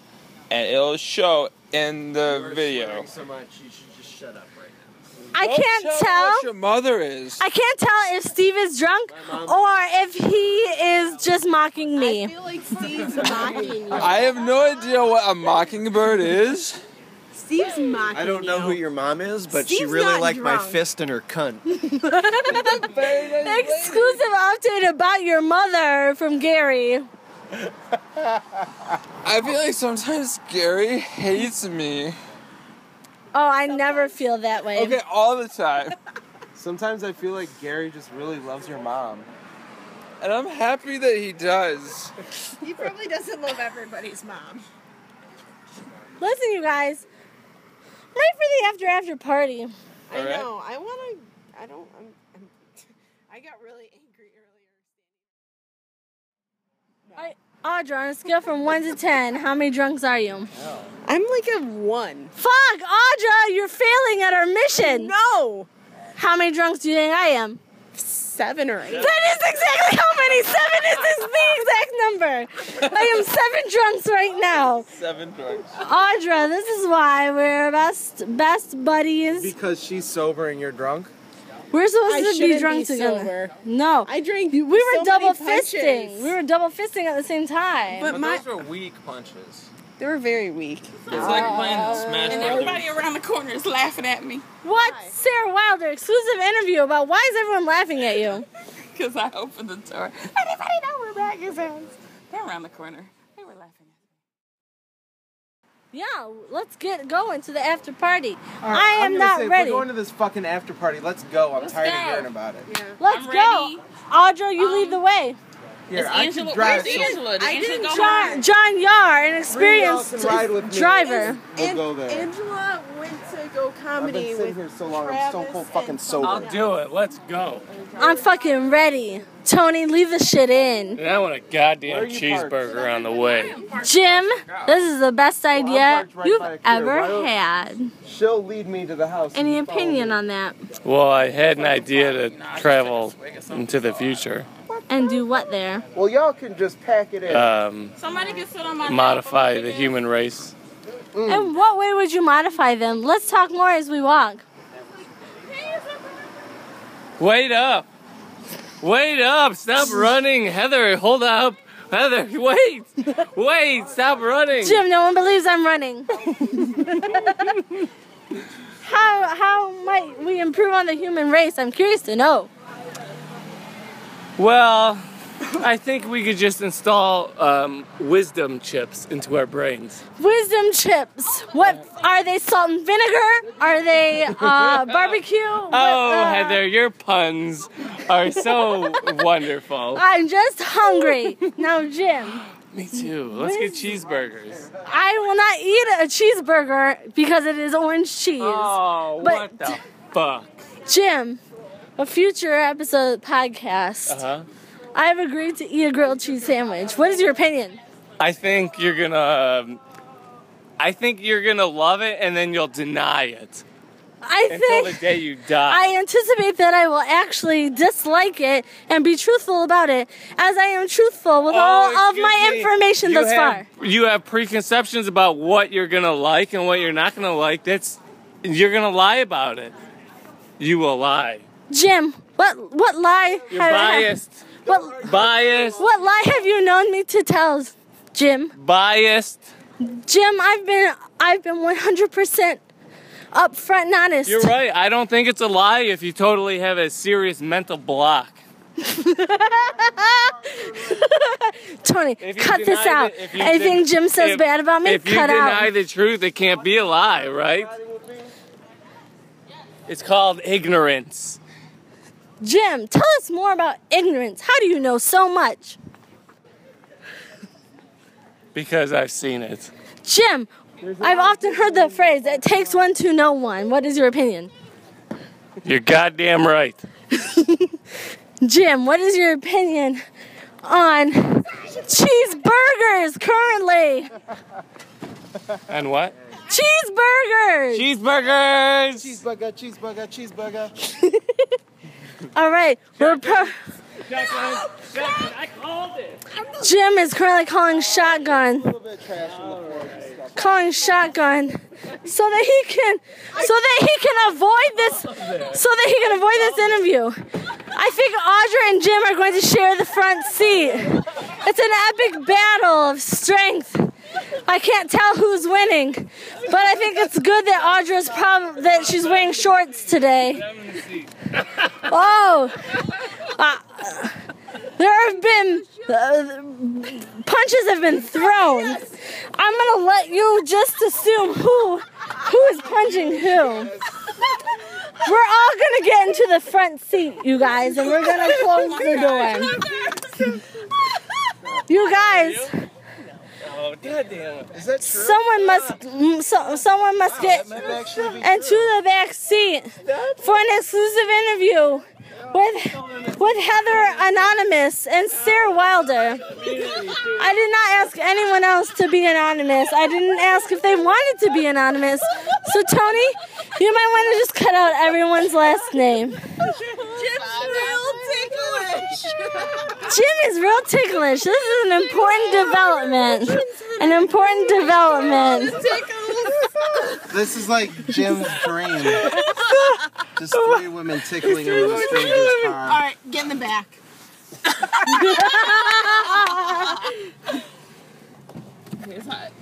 S6: and it'll show in the video.
S9: So much, you should just shut up right now.
S2: I
S6: Don't
S2: can't
S6: tell
S2: tell.
S6: what your mother is.
S2: I can't tell if Steve is drunk or if he is just mocking me. I feel like Steve's mocking
S6: I have no idea what a mockingbird is.
S3: Steve's mocking
S18: i don't know who your mom is but she
S2: Steve's
S18: really
S2: not
S18: liked my
S2: drunk.
S18: fist in her cunt
S2: Exclusive update about your mother from Gary.
S6: I feel like sometimes Gary hates me.
S2: Oh, I never feel that way.
S6: Okay, all the time.
S19: Sometimes I feel like Gary just really loves your mom.
S6: And I'm happy that he does.
S3: He probably doesn't love everybody's mom.
S2: Listen, you guys. Right for the after after party.
S3: I know. I want to. I don't. I'm, I'm, I got really angry earlier.
S2: I, Audra, on a scale from 1 to 10, how many drunks are you?
S3: I'm like a 1.
S2: Fuck, Audra, you're failing at our mission.
S3: No.
S2: How many drunks do you think I am?
S3: Seven or eight.
S2: That is exactly how many. Seven is, is the exact number. I am seven drunks right now.
S19: Seven drugs.
S2: Audra, this is why we're best best buddies.
S19: Because she's sober and you're drunk.
S2: We're supposed
S3: I
S2: to
S3: shouldn't
S2: be
S3: be
S2: drunk together.
S3: sober.
S2: No,
S3: I drank.
S2: we were
S3: so many
S2: double
S3: punches.
S2: fisting. We were double fisting at the same time.
S3: But my-
S19: Those were weak punches.
S3: They were very weak.
S19: It's like playing Smash
S7: And
S19: Brothers.
S7: everybody around the corner is laughing at me
S2: What? Sarah Wilder exclusive interview about why is everyone laughing at you?
S7: because I opened the door. Anybody know where Maggie's is? They're around the corner. They were laughing.
S2: Yeah, let's get going to the after party.
S19: All right,
S2: I
S19: I'm
S2: am
S19: gonna
S2: not
S19: say, if
S2: ready.
S19: We're going to this fucking after party. Let's go. I'm
S2: Let's
S19: tired
S2: go.
S19: of hearing about it.
S2: Let's go. Audra, you lead the way.
S19: Here,
S7: Um, Is
S19: I
S7: Angela-
S19: can drive.
S7: where's
S19: so-
S7: Angela? Did
S19: I
S7: Angela
S19: didn't
S7: go
S19: drive.
S2: John, John Yar, an
S19: Bring y'all
S2: experienced
S19: can ride with me.
S2: driver.
S19: We'll go there.
S3: Angela went to go
S19: I've been
S3: comedy
S19: sitting
S3: with.
S19: here so long. I'm so cold fucking sober.
S20: I'll do it. Let's go.
S2: I'm fucking ready. Tony, leave the shit in.
S20: And I want a goddamn cheeseburger on the way.
S2: Jim, this is the best idea you've ever had.
S19: She'll lead me to the house.
S2: Any opinion on that?
S20: Well, I had an idea to travel into the future.
S2: And do what there?
S19: Well, y'all can just pack it in.
S20: Um,
S7: Somebody can sit on my
S20: modify the human race.
S19: Mm.
S2: And what way would you modify them? Let's talk more as we walk.
S20: Wait up! Wait up! Stop running, Heather. Hold up, Heather. Wait, wait. Stop running.
S2: Jim, no one believes I'm running. how how might we improve on the human race? I'm curious to know.
S20: Well, I think we could just install um, wisdom chips into our brains.
S2: Wisdom chips. What are they? Salt and vinegar? Are they uh, barbecue? What,
S20: Oh,
S2: uh,
S20: Heather, your puns are so wonderful.
S2: I'm just hungry now, Jim.
S20: Me too. Let's get cheeseburgers.
S2: I will not eat a cheeseburger because it is orange cheese.
S20: Oh,
S2: but
S20: what the fuck?
S2: Jim, a future episode podcast,
S20: Uh huh.
S2: I've agreed to eat a grilled cheese sandwich. What is your opinion?
S20: I think you're gonna. Um, I think you're gonna love it, and then you'll deny it
S2: I
S20: until
S2: think
S20: the day you die.
S2: I anticipate that I will actually dislike it and be truthful about it, as I am truthful with
S20: Oh,
S2: all of
S20: excuse
S2: my
S20: me.
S2: information
S20: You
S2: thus
S20: have-
S2: far.
S20: You have preconceptions about what you're gonna like and what you're not gonna like. That's you're gonna lie about it. You will lie.
S2: Jim, what what lie?
S20: You're
S2: have I-
S20: biased.
S2: What
S20: Biased.
S2: what lie have you known me to tell, Jim?
S20: Biased.
S2: Jim, I've been I've been 100% upfront and honest.
S20: You're right. I don't think it's a lie if you totally have a serious mental block.
S2: Tony,
S20: If you
S2: cut this
S20: deny
S2: out.
S20: that- if you
S2: Anything
S20: den-
S2: Jim says
S20: if-
S2: bad about me,
S20: if you
S2: cut
S20: deny
S2: out.
S20: the truth, it can't be a lie, right? It's called ignorance.
S2: Jim, tell us more about ignorance. How do you know so much?
S20: Because I've seen it.
S2: Jim, I've often heard the phrase, it takes one to know one. What is your opinion?
S20: You're goddamn right.
S2: Jim, what is your opinion on cheeseburgers currently?
S20: And what?
S2: Cheeseburgers!
S20: Cheeseburgers!
S19: Cheeseburger, cheeseburger, cheeseburger.
S2: All right, we're pro-
S20: I called it.
S2: Jim is currently calling shotgun, calling shotgun, so that he can, so that he can avoid this, so that he can avoid this interview. I think Audra and Jim are going to share the front seat. It's an epic battle of strength. I can't tell who's winning, but I think it's good that Audra's prob- that she's wearing shorts today. Oh, Uh, there have been uh, punches have been thrown. I'm gonna let you just assume who who is punching who. We're all gonna get into the front seat, you guys, and we're gonna close the door. You guys,
S20: Oh, goddamn.
S2: Is that true? Someone must mm, so, someone must get into the back seat for an exclusive interview with with Heather Anonymous and Sarah Wilder. I did not ask anyone else to be anonymous. I didn't ask if they wanted to be anonymous. So Tony, you might want to just cut out everyone's last name. Jim is real ticklish. This is an important development. An important development.
S5: This is like Jim's dream. Just three women tickling him in a stranger's
S3: All
S5: car.
S3: right, get in the back.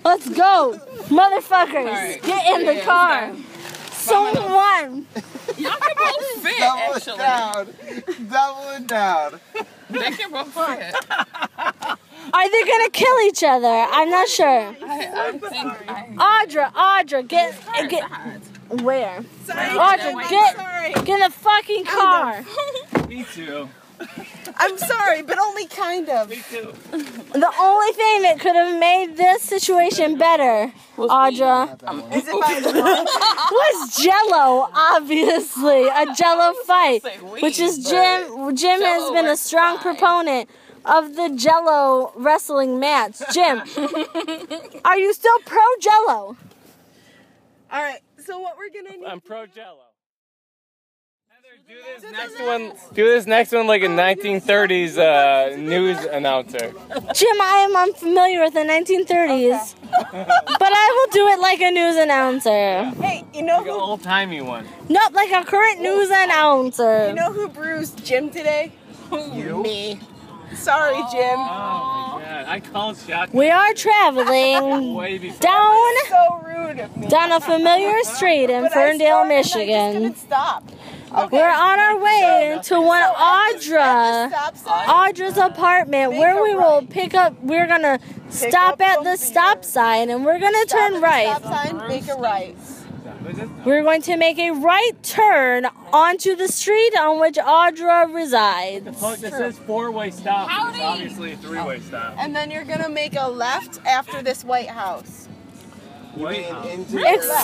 S2: Let's go, motherfuckers. Get in the
S3: Yeah,
S2: car. Someone.
S7: Y'all can both fit,
S5: Double it
S7: actually.
S5: down. Double it down.
S7: They can both fit.
S2: Are they gonna kill each other? I'm not sure.
S7: I, I think I,
S2: Audra, Audra, get get where? Audra, get get in the fucking car.
S20: Me too.
S3: I'm sorry, but only kind of. Me
S20: too.
S2: The only thing that could have made this situation better, Audra,
S3: Is it my
S2: was Jello. Obviously, a Jello fight, which is Jim. Jim has been a strong proponent of the Jello wrestling match. Jim, are you still pro Jello?
S3: All right. So what we're gonna need?
S20: I'm pro Jello. Next one, do this next one like a 1930s uh, news announcer.
S2: Jim, I am unfamiliar with the 1930s, but I will do it like a news announcer.
S3: Hey, you know
S20: The
S3: who?
S20: old timey one.
S2: Nope, like a current news announcer.
S3: You know who bruised Jim today? Me. Sorry, Jim.
S20: Yeah, Oh, I called shot.
S2: We are traveling
S20: Way before.
S2: down
S3: So rude of me.
S2: down a familiar street in
S3: But I
S2: Ferndale, Michigan.
S3: Stop.
S2: We're on our way to one Audra, Audra's apartment, where we will pick up. We're gonna stop at the stop sign, and we're gonna turn
S3: Stop
S2: right.
S3: sign. Make a right.
S2: We're going to make a right turn onto the street on which Audra resides.
S20: Look, this is four-way stop. It's obviously a three-way stop.
S3: And then you're gonna make a left after this White House.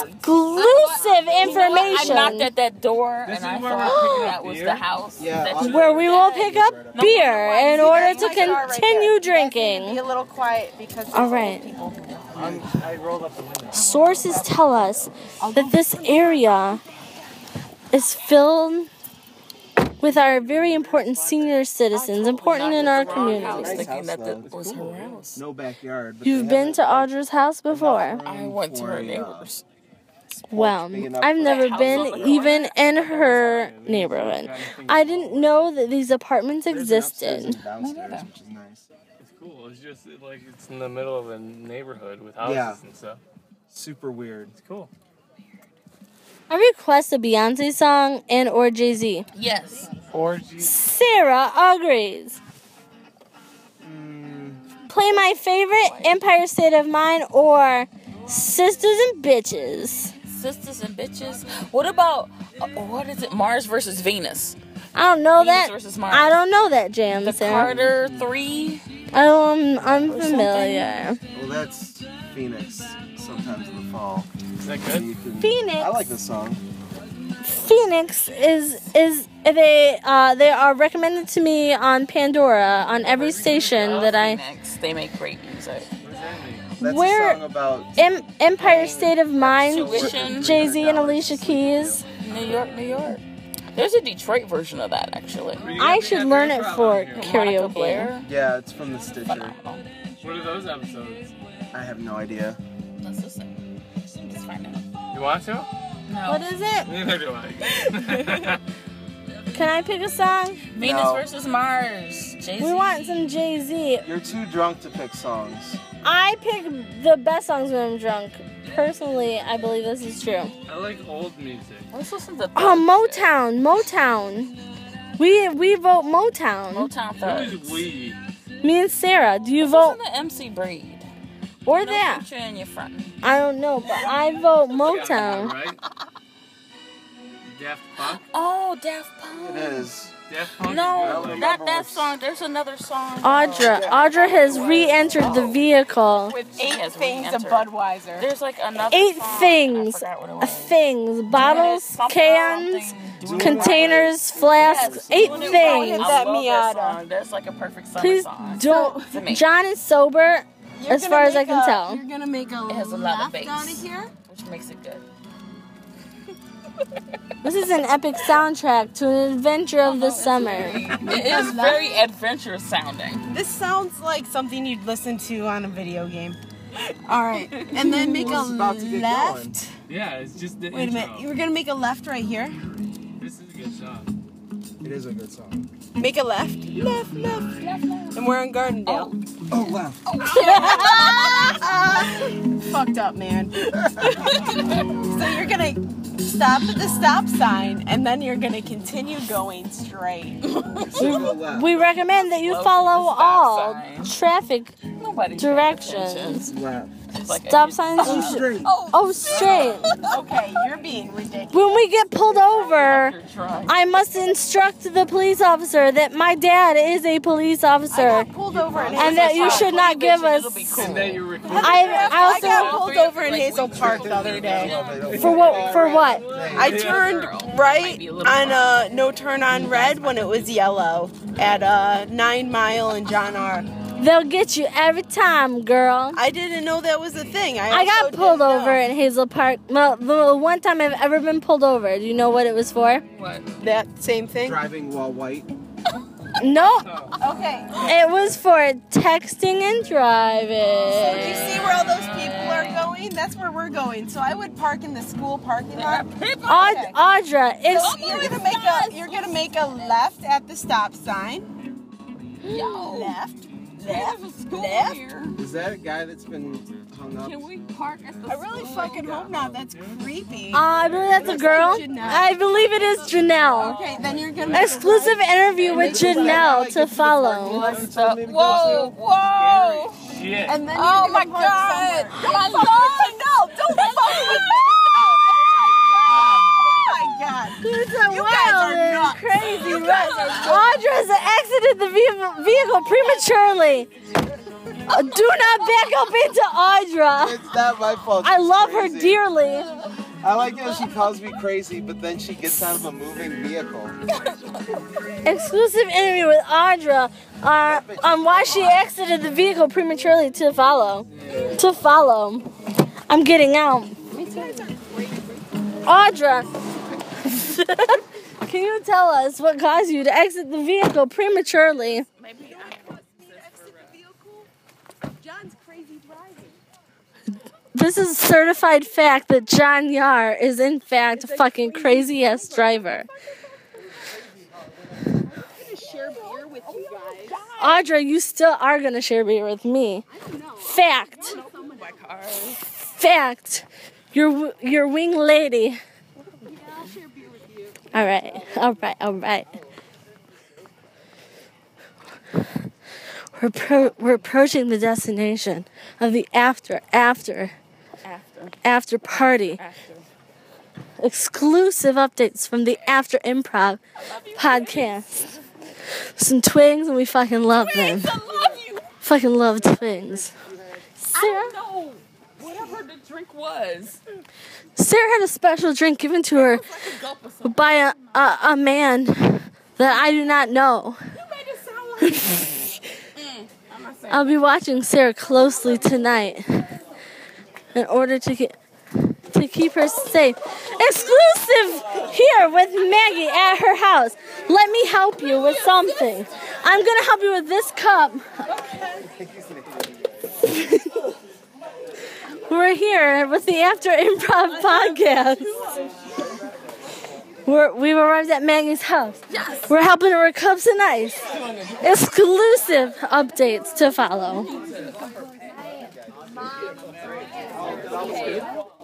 S2: Exclusive
S7: I knocked
S2: information.
S7: at that door and I thought that was the house. that you
S2: Where we will pick up beer in order to continue drinking.
S3: Be a little quiet because.
S2: All right. Sources tell us that this area is filled with our very important senior citizens, important in our communities.
S7: thinking that that was her house.
S5: No backyard. but
S2: You've
S5: they
S2: been to Audra's house before?
S7: I went to her neighbor's.
S2: Well, I've never been even in her neighborhood. I didn't know that these apartments existed.
S5: have downstairs, which is nice.
S20: It's cool. It's just like it's in the middle of a neighborhood with houses
S5: Yeah.
S20: and stuff.
S5: Super weird.
S20: It's cool.
S2: I request a Beyonce song and or Jay-Z.
S7: Yes.
S2: Sarah agrees. Play my favorite Empire State of Mind or Sisters and Bitches.
S7: Sisters and bitches. What about uh, what is it? Mars versus Venus.
S2: I don't know
S7: Venus
S2: that.
S7: versus Mars.
S2: I don't know that jam, Sarah. Um,
S7: Carter three.
S2: I'm unfamiliar.
S5: Well, that's Phoenix. Sometimes in the fall. Is
S20: that good?
S2: Phoenix.
S5: I like this song.
S2: Phoenix is is they uh, they are recommended to me on Pandora on every station that I
S7: Next, they make great music.
S5: That's
S2: Where-
S5: a song about
S2: em, Empire State of Mind,
S7: Tuition.
S2: Jay Z and Alicia Keys.
S7: New York, New York. There's a Detroit version of that actually.
S2: I should learn it for
S7: Monica
S2: karaoke.
S7: Blair.
S5: Yeah, it's from the Stitcher.
S20: What are those episodes?
S5: I have no idea.
S7: Let's listen. Let's find out.
S20: You want to?
S7: No.
S2: What is it?
S20: Neither do I.
S2: Can I pick a song?
S7: Venus
S5: No.
S7: versus Mars. Jay Z.
S2: We want some Jay Z.
S5: You're too drunk to pick songs.
S2: I pick the best songs when I'm drunk. Personally, I believe this is true.
S20: I like old music.
S7: Let's listen to.
S2: Oh, Motown, Motown. We we vote Motown.
S7: Motown
S20: Who's
S7: Thugs.
S20: we?
S2: Me and Sarah, do you
S7: Listen
S2: vote
S7: to MC Breed.
S2: or
S7: no
S2: that?
S7: Future and your friend.
S2: I don't know, but I vote Motown.
S20: Right? Daft Punk?
S8: Oh, Daft Punk.
S20: It is. Daft Punk?
S8: No, not that song. There's another song.
S2: Audra. Audra has re-entered the vehicle.
S8: eight things of Budweiser. There's like another.
S2: Eight things. Things. Bottles, cans, containers, flasks. Eight
S8: I
S2: things.
S8: love that song. That's like a perfect summer
S2: Please
S8: song.
S2: don't. John is sober,
S8: You're
S2: as
S8: gonna
S2: far as I
S8: make
S2: can
S8: a-
S2: tell.
S8: you're gonna make a it has a lot of bass out of here, which makes it good.
S2: This is an epic soundtrack to an adventure of
S8: Oh,
S2: the summer.
S7: It is very adventurous sounding.
S3: This sounds like something you'd listen to on a video game. All right, and then make a
S20: It's about to get
S3: left.
S20: Yeah, it's just the
S3: Wait a
S20: intro.
S3: minute, we're gonna make a left right here.
S20: This is a good song.
S17: It is a good song.
S3: Make a left, left, left, left, left. and we're in Gardendale.
S17: Oh, left.
S3: Fucked up, man. so you're gonna stop at the stop sign, and then you're gonna continue going straight.
S2: We recommend that you follow all traffic directions. Stop signs.
S3: Oh,
S2: you
S3: straight.
S2: should- Oh, straight.
S3: okay, you're being ridiculous.
S2: When we get pulled over, I must instruct the police officer that my dad is a police officer
S3: Pulled over in
S2: and that you should not give us. I, I
S3: I got
S2: also
S3: pulled over in Hazel Park the other day.
S2: for what for what?
S3: I turned right on a no turn on red when it was yellow at uh, Nine Mile and John R.
S2: They'll get you every time, girl.
S3: I didn't know that was a thing. I,
S2: I got
S3: also
S2: pulled
S3: didn't
S2: over in Hazel Park. Well, the one time I've ever been pulled over. Do you know what it was for?
S3: What? That same thing?
S18: Driving while white.
S2: No,
S3: Okay.
S2: it was for texting and
S3: So do you
S2: driving.
S3: see where all those people are going? That's where we're going. So I would park in the school parking lot.
S2: Aud- Audra,
S3: So
S2: it's
S3: you're gonna make a you're gonna make a left at the stop sign. Left, left, left.
S18: Is that a guy that's been hung up?
S3: we park at the I really fucking hope not. That's creepy.
S2: Uh, I believe that's a girl. I believe it is Janelle.
S3: Okay, then you're gonna
S2: Exclusive interview with Janelle to follow.
S3: Whoa, whoa!
S2: Shit.
S3: And then oh my god! Don't fuck with Janelle! Don't fuck with me! Oh my god!
S2: It's a
S3: You
S2: wild
S3: guys are
S2: and
S3: nuts.
S2: crazy
S3: You
S2: ride.
S3: guys are nuts.
S2: Audra's exited the vehi- vehicle prematurely. Uh, Do not back up into Audra.
S18: It's not my fault.
S2: I
S18: She's
S2: love her
S18: crazy.
S2: dearly.
S18: I like how she calls me crazy, but then she gets out of a moving vehicle.
S2: Exclusive interview with Audra uh, on why she exited the vehicle prematurely to follow. To follow. I'm getting out. Audra, can you tell us what caused you to exit the vehicle prematurely?
S3: John's crazy driving.
S2: This is certified fact that John Yar is in fact a fucking crazy ass driver.
S3: Share beer with you guys.
S2: Audra, you still are gonna share beer with me. Fact. Fact. Your w- your wing lady. All right. All right. All right. We're pro- we're approaching the destination of the after after
S7: After.
S2: after party. Exclusive updates from the After Improv podcast. Some twigs and we fucking love them. Fucking love twins.
S7: I don't know whatever the drink was.
S2: Sarah had a special drink given to her by a, a, a man that I do not know. I'll be watching Sarah closely tonight in order to get. To keep her safe. Exclusive here with Maggie at her house. Let me help you with something. I'm gonna help you with this cup. We're here with the After Improv podcast. We're, we've arrived at Maggie's house. Yes. We're helping her with cups and ice. Exclusive updates to follow.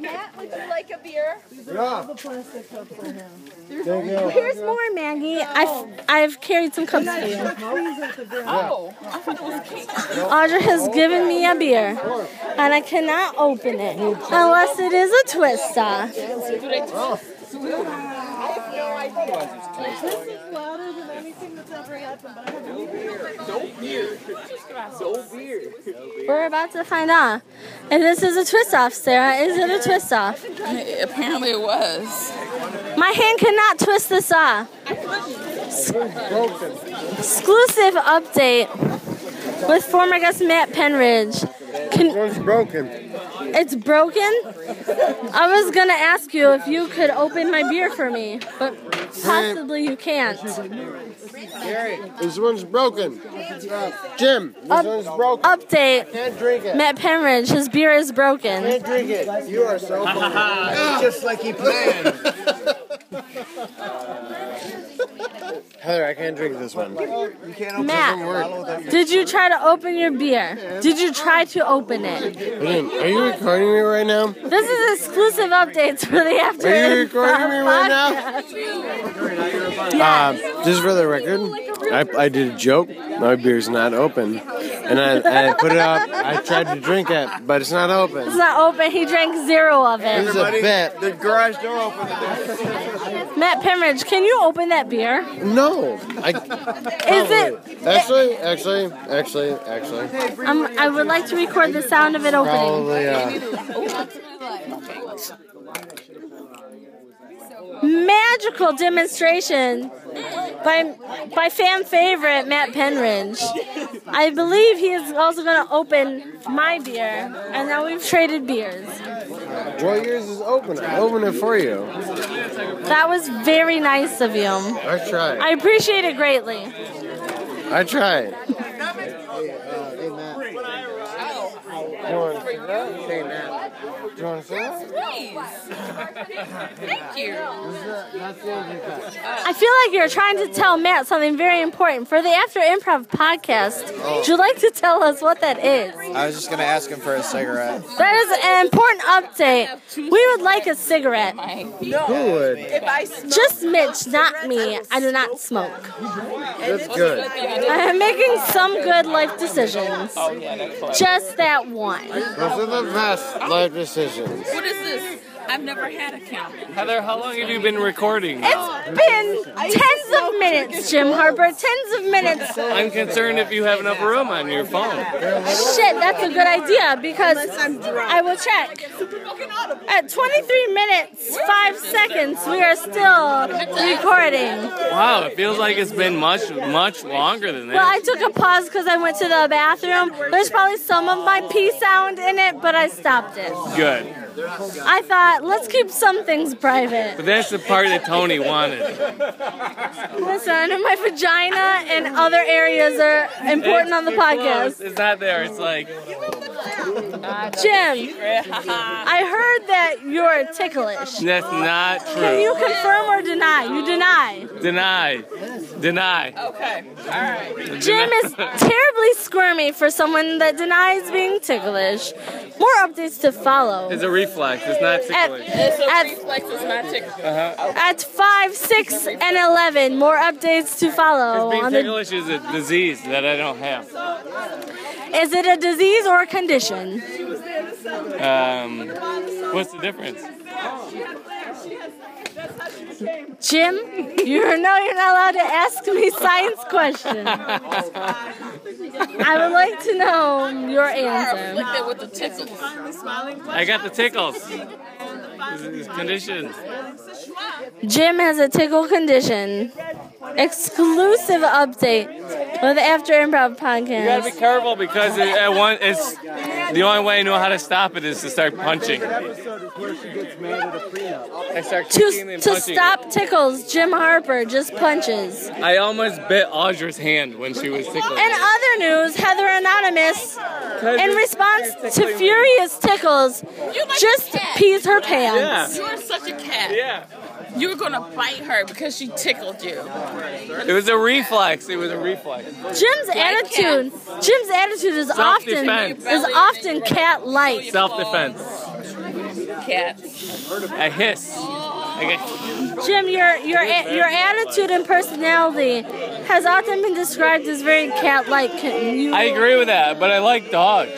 S3: Matt Would you like a beer?
S11: Yeah.
S2: Here's more, Maggie. I've, I've carried some cups for you.
S16: Oh, I thought it was
S2: Audra has given me a beer, and I cannot open it unless it is a twist off.
S16: This
S3: is louder than anything that's ever happened, but I have no beer.
S16: So weird.
S2: We're about to find out if this is a twist off, Sarah. Is it a twist off?
S7: Apparently it was.
S2: My hand cannot twist this off. Exclusive update with former guest Matt Penridge.
S17: It's broken.
S2: It's broken. I was gonna ask you if you could open my beer for me, but possibly you can't.
S17: This one's broken. Jim, this
S2: Up-
S17: one's broken.
S2: Update.
S17: Can't drink it.
S2: Matt Penridge, his beer is broken.
S17: Can't drink it. You are so full of it. It's just like he planned. Heather, I can't drink this one. You can't open
S2: Matt, did you try to open your beer? Did you try to open it?
S17: Are you recording me right now?
S2: This is exclusive updates for the after.
S17: Are you recording me right
S2: now?
S17: Um, just for the record, I, I did a joke. My beer's not open. And I, I put it up. I tried to drink it, but it's not open.
S2: It's not open. He drank zero of it.
S17: It's a bet. The garage door
S2: Matt Penridge, can you open that beer?
S17: No. I,
S2: Is it?
S17: actually, actually, actually, actually.
S2: Um, I would like to record the sound of it opening.
S17: Probably, uh,
S2: Magical demonstration by by fan favorite Matt Penridge. I believe he is also going to open my beer, and now we've traded beers.
S17: well, yours uh, is open. I opened it for you.
S2: That was very nice of you.
S17: I tried.
S2: I appreciate it greatly.
S17: I tried. Do you want to say that?
S16: Thank you.
S2: I feel like you're trying to tell Matt something very important for the After Improv podcast. Would you like to tell us what that is?
S18: I was just gonna ask him for a cigarette.
S2: That is an important update. We would like a cigarette.
S18: Who would?
S3: If I smoke,
S2: Just Mitch, not me. I do not smoke.
S17: That's good.
S2: I am making some good life decisions. Just that one.
S17: Those are the best life decisions.
S7: What is this? I've never had a count.
S20: Heather, how long have you been recording?
S2: It's been tens of minutes, Jim Harper. Tens of minutes.
S20: I'm concerned if you have enough room on your phone.
S2: Shit, that's a good idea because I will check. At 23 minutes, 5 seconds, we are still recording.
S20: Wow, it feels like it's been much, much longer than
S2: Well, I
S20: that.
S2: took a pause because I went to the bathroom. There's probably some of my pee sound in it, but I stopped it.
S20: Good.
S2: I thought, let's keep some things private.
S20: But that's the part that Tony wanted.
S2: Listen, my vagina and other areas are important on the
S20: It's too
S2: podcast.
S20: close. It's not there. It's like,
S2: Jim, I heard that you're ticklish.
S20: that's not true.
S2: Can you confirm or deny? You deny.
S20: Deny. Deny.
S7: Okay. All right.
S2: Jim is terribly squirmy for someone that denies being ticklish. More updates to follow.
S20: It's a reflex. It's not ticklish.
S2: At,
S7: Flex is not ticklish.
S20: Uh-huh.
S2: at 5, 6, and 11, more updates to follow.
S20: Being
S2: On the,
S20: ticklish is a disease that I don't have.
S2: is it a disease or a condition?
S20: Um, what's the difference?
S2: Jim, you know you're not allowed to ask me science questions. I would like to know your answer.
S7: Afflicted with the tickles.
S20: I got the tickles. This is condition.
S2: Jim has a tickle condition. Exclusive update with After Improv
S20: You gotta
S2: Podcast.
S20: be careful because it, at one, it's the only way I know how to stop it is to start punching. I start kicking
S2: To,
S20: and
S2: to
S20: punching.
S2: stop tickles, Jim Harper just punches.
S20: I almost bit Audra's hand when she was tickling.
S2: In other news, Heather Anonymous, in response to furious tickles, just pees her pants.
S7: You are such a cat. Yeah. You were gonna bite her because she tickled you.
S20: It was a reflex. It was a reflex.
S2: Jim's attitude, Jim's attitude is often
S20: Self-defense.
S2: is often cat-like.
S20: Self defense.
S7: cats.
S20: I hiss. I get-
S2: Jim, your your a- your attitude and personality has often been described as very cat-like. You
S20: I agree with that, but I like dogs.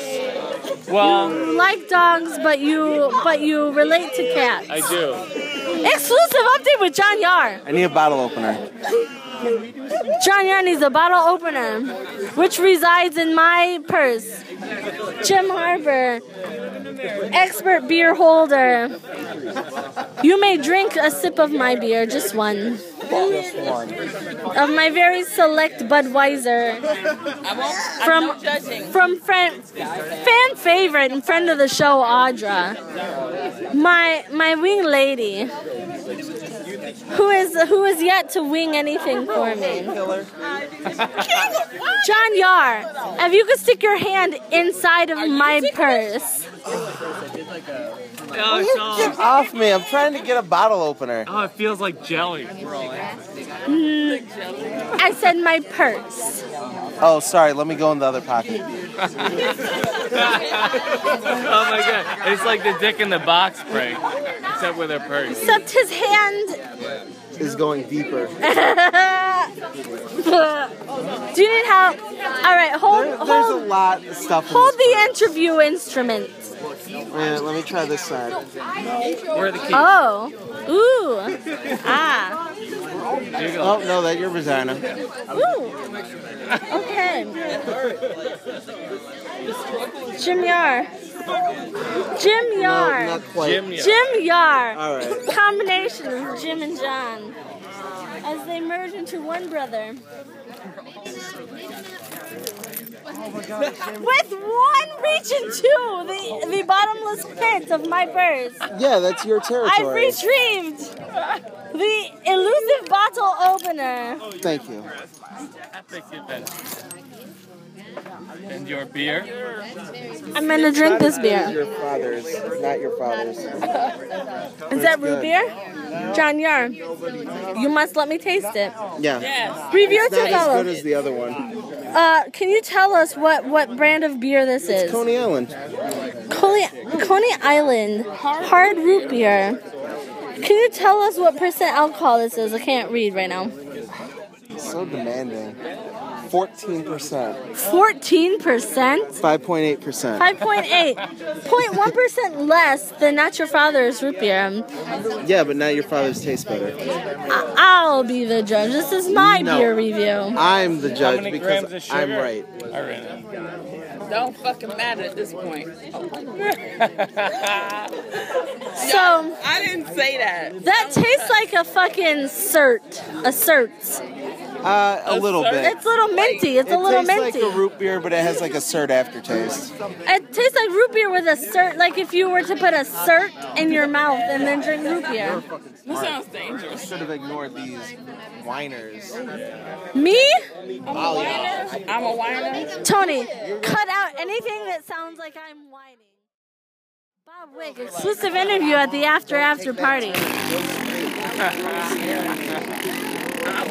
S20: Well,
S2: like dogs, but you but you relate to cats.
S20: I do.
S2: Exclusive update with John Yar.
S5: I need a bottle opener.
S2: John Yar needs a bottle opener, which resides in my purse. Jim Harbour, expert beer holder. You may drink a sip of my beer, just one. Of my very select
S7: I
S2: Budweiser
S7: won't. I'm
S2: From-
S7: not judging.
S2: from friend, fan favorite and friend of the show, Audra. My my wing lady, who is who is yet to wing anything for me. John Yar, if you could stick your hand inside of my purse.
S20: Oh, it's all-
S5: Get off me! I'm trying to get a bottle opener.
S20: oh, it feels like jelly. Oh
S2: Mm, I said my purse.
S5: Oh, sorry. Let me go in the other pocket.
S20: oh my god. It's like the dick in the box prank, except with a purse.
S2: Except his hand.
S5: Is going deeper.
S2: Do you need help? All right, hold
S5: There's a
S2: hold
S5: lot of stuff. In
S2: hold the interview instrument.
S5: this. Wait, let me try this side. Where are the keys?
S2: Oh, ooh, ah,
S5: Oh no, that your vagina.
S2: ooh. Okay. Jim Yar. Jim Yar.
S5: not quite. Jim Yar.
S2: Jim Yar.
S5: All right.
S2: Combination of Jim and John as they merge into one brother. With one reach into the, the bottomless pit of my purse,
S5: Yeah, that's your
S2: I've
S5: territory.
S2: retrieved the elusive bottle opener.
S5: Thank you.
S20: And your beer?
S2: I'm gonna drink this beer.
S5: Your father's, not your father's.
S2: Is that root
S5: good.
S2: beer? John Yarn, you must let me taste it.
S5: Yeah.
S2: Review
S5: It's
S2: to
S5: not as
S2: follow.
S5: good as the other one.
S2: Uh, can you tell us what, what brand of beer this is?
S5: Coney Island.
S2: Coney, Coney Island hard root beer. Can you tell us what percent alcohol this is? I can't read right now.
S5: So demanding. Fourteen percent.
S2: 14%?
S5: Five point eight percent.
S2: 5.8. 0.1% less than Not Your Father's root beer.
S5: Yeah, but now your father's tastes better.
S2: I- I'll be the judge. This is my
S5: No.
S2: beer review.
S5: I'm the
S20: How
S5: judge
S20: many
S5: because
S20: grams of sugar?
S5: I'm right.
S20: I ran out.
S7: Don't fucking matter at this point.
S2: So,
S7: I didn't say that.
S2: that tastes like a fucking cert. A cert.
S5: Uh, a little bit.
S2: It's a little minty. It's a
S5: it
S2: little
S5: tastes
S2: minty.
S5: like a root beer, but it has like a cert aftertaste.
S2: It tastes like root beer with a cert, like if you were to put a cert in your mouth and then drink root beer.
S7: That sounds dangerous.
S5: Should have ignored these whiners.
S2: Me?
S5: Molly.
S7: I'm a whiner.
S2: Tony, cut out anything that sounds like I'm whining. Bob Wick, exclusive interview at the after after party.
S7: I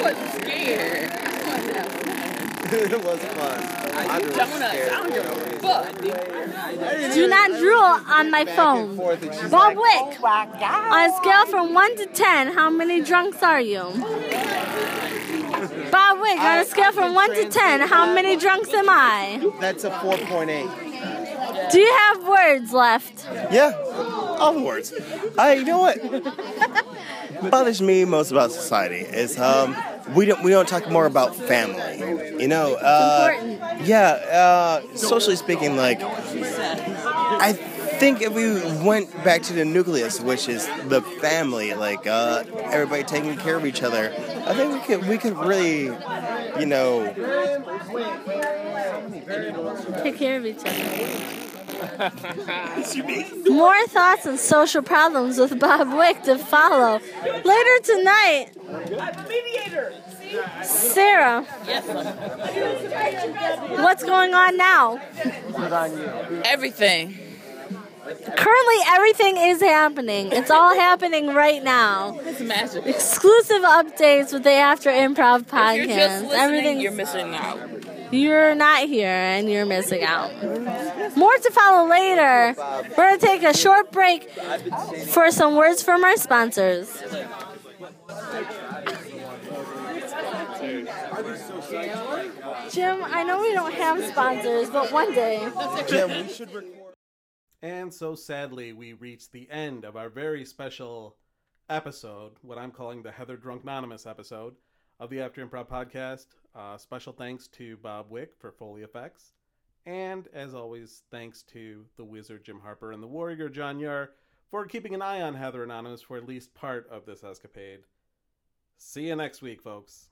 S7: wasn't scared.
S5: it was fun. I was scared.
S2: Do not drool on my phone.
S5: Forth and she's
S2: Bob Wick, on a scale from 1 to 10, how many drunks are you? Bob Wick, on a scale from 1 to 10, how many drunks am I?
S5: like, That's a 4.8.
S2: Do you have words left?
S5: Yeah, all the words. I, you know what bothers me most about society is um, we don't we don't talk more about family. You know, uh,
S2: Important.
S5: yeah. Uh, socially speaking, like I think if we went back to the nucleus, which is the family, like uh, everybody taking care of each other, I think we could we could really, you know,
S2: Take care of each other. More thoughts on social problems with Bob Wick to follow later tonight. Sarah, what's going on now?
S7: Everything.
S2: Currently, everything is happening. It's all happening right now.
S7: It's magic.
S2: Exclusive updates with the After Improv
S7: If you're just
S2: podcast.
S7: listening,
S2: Everything's
S7: you're missing out.
S2: you're not here and you're missing out. More to follow later. We're going to take a short break for some words from our sponsors. Jim, I know we don't have sponsors, but one day.
S5: Jim, we should record.
S1: And so sadly, we reach the end of our very special episode, what I'm calling the Heather Drunk Anonymous episode of the After Improv podcast. Uh, special thanks to Bob Wick for Foley Effects. And as always, thanks to the wizard Jim Harper and the warrior John Yar for keeping an eye on Heather Anonymous for at least part of this escapade. See you next week, folks.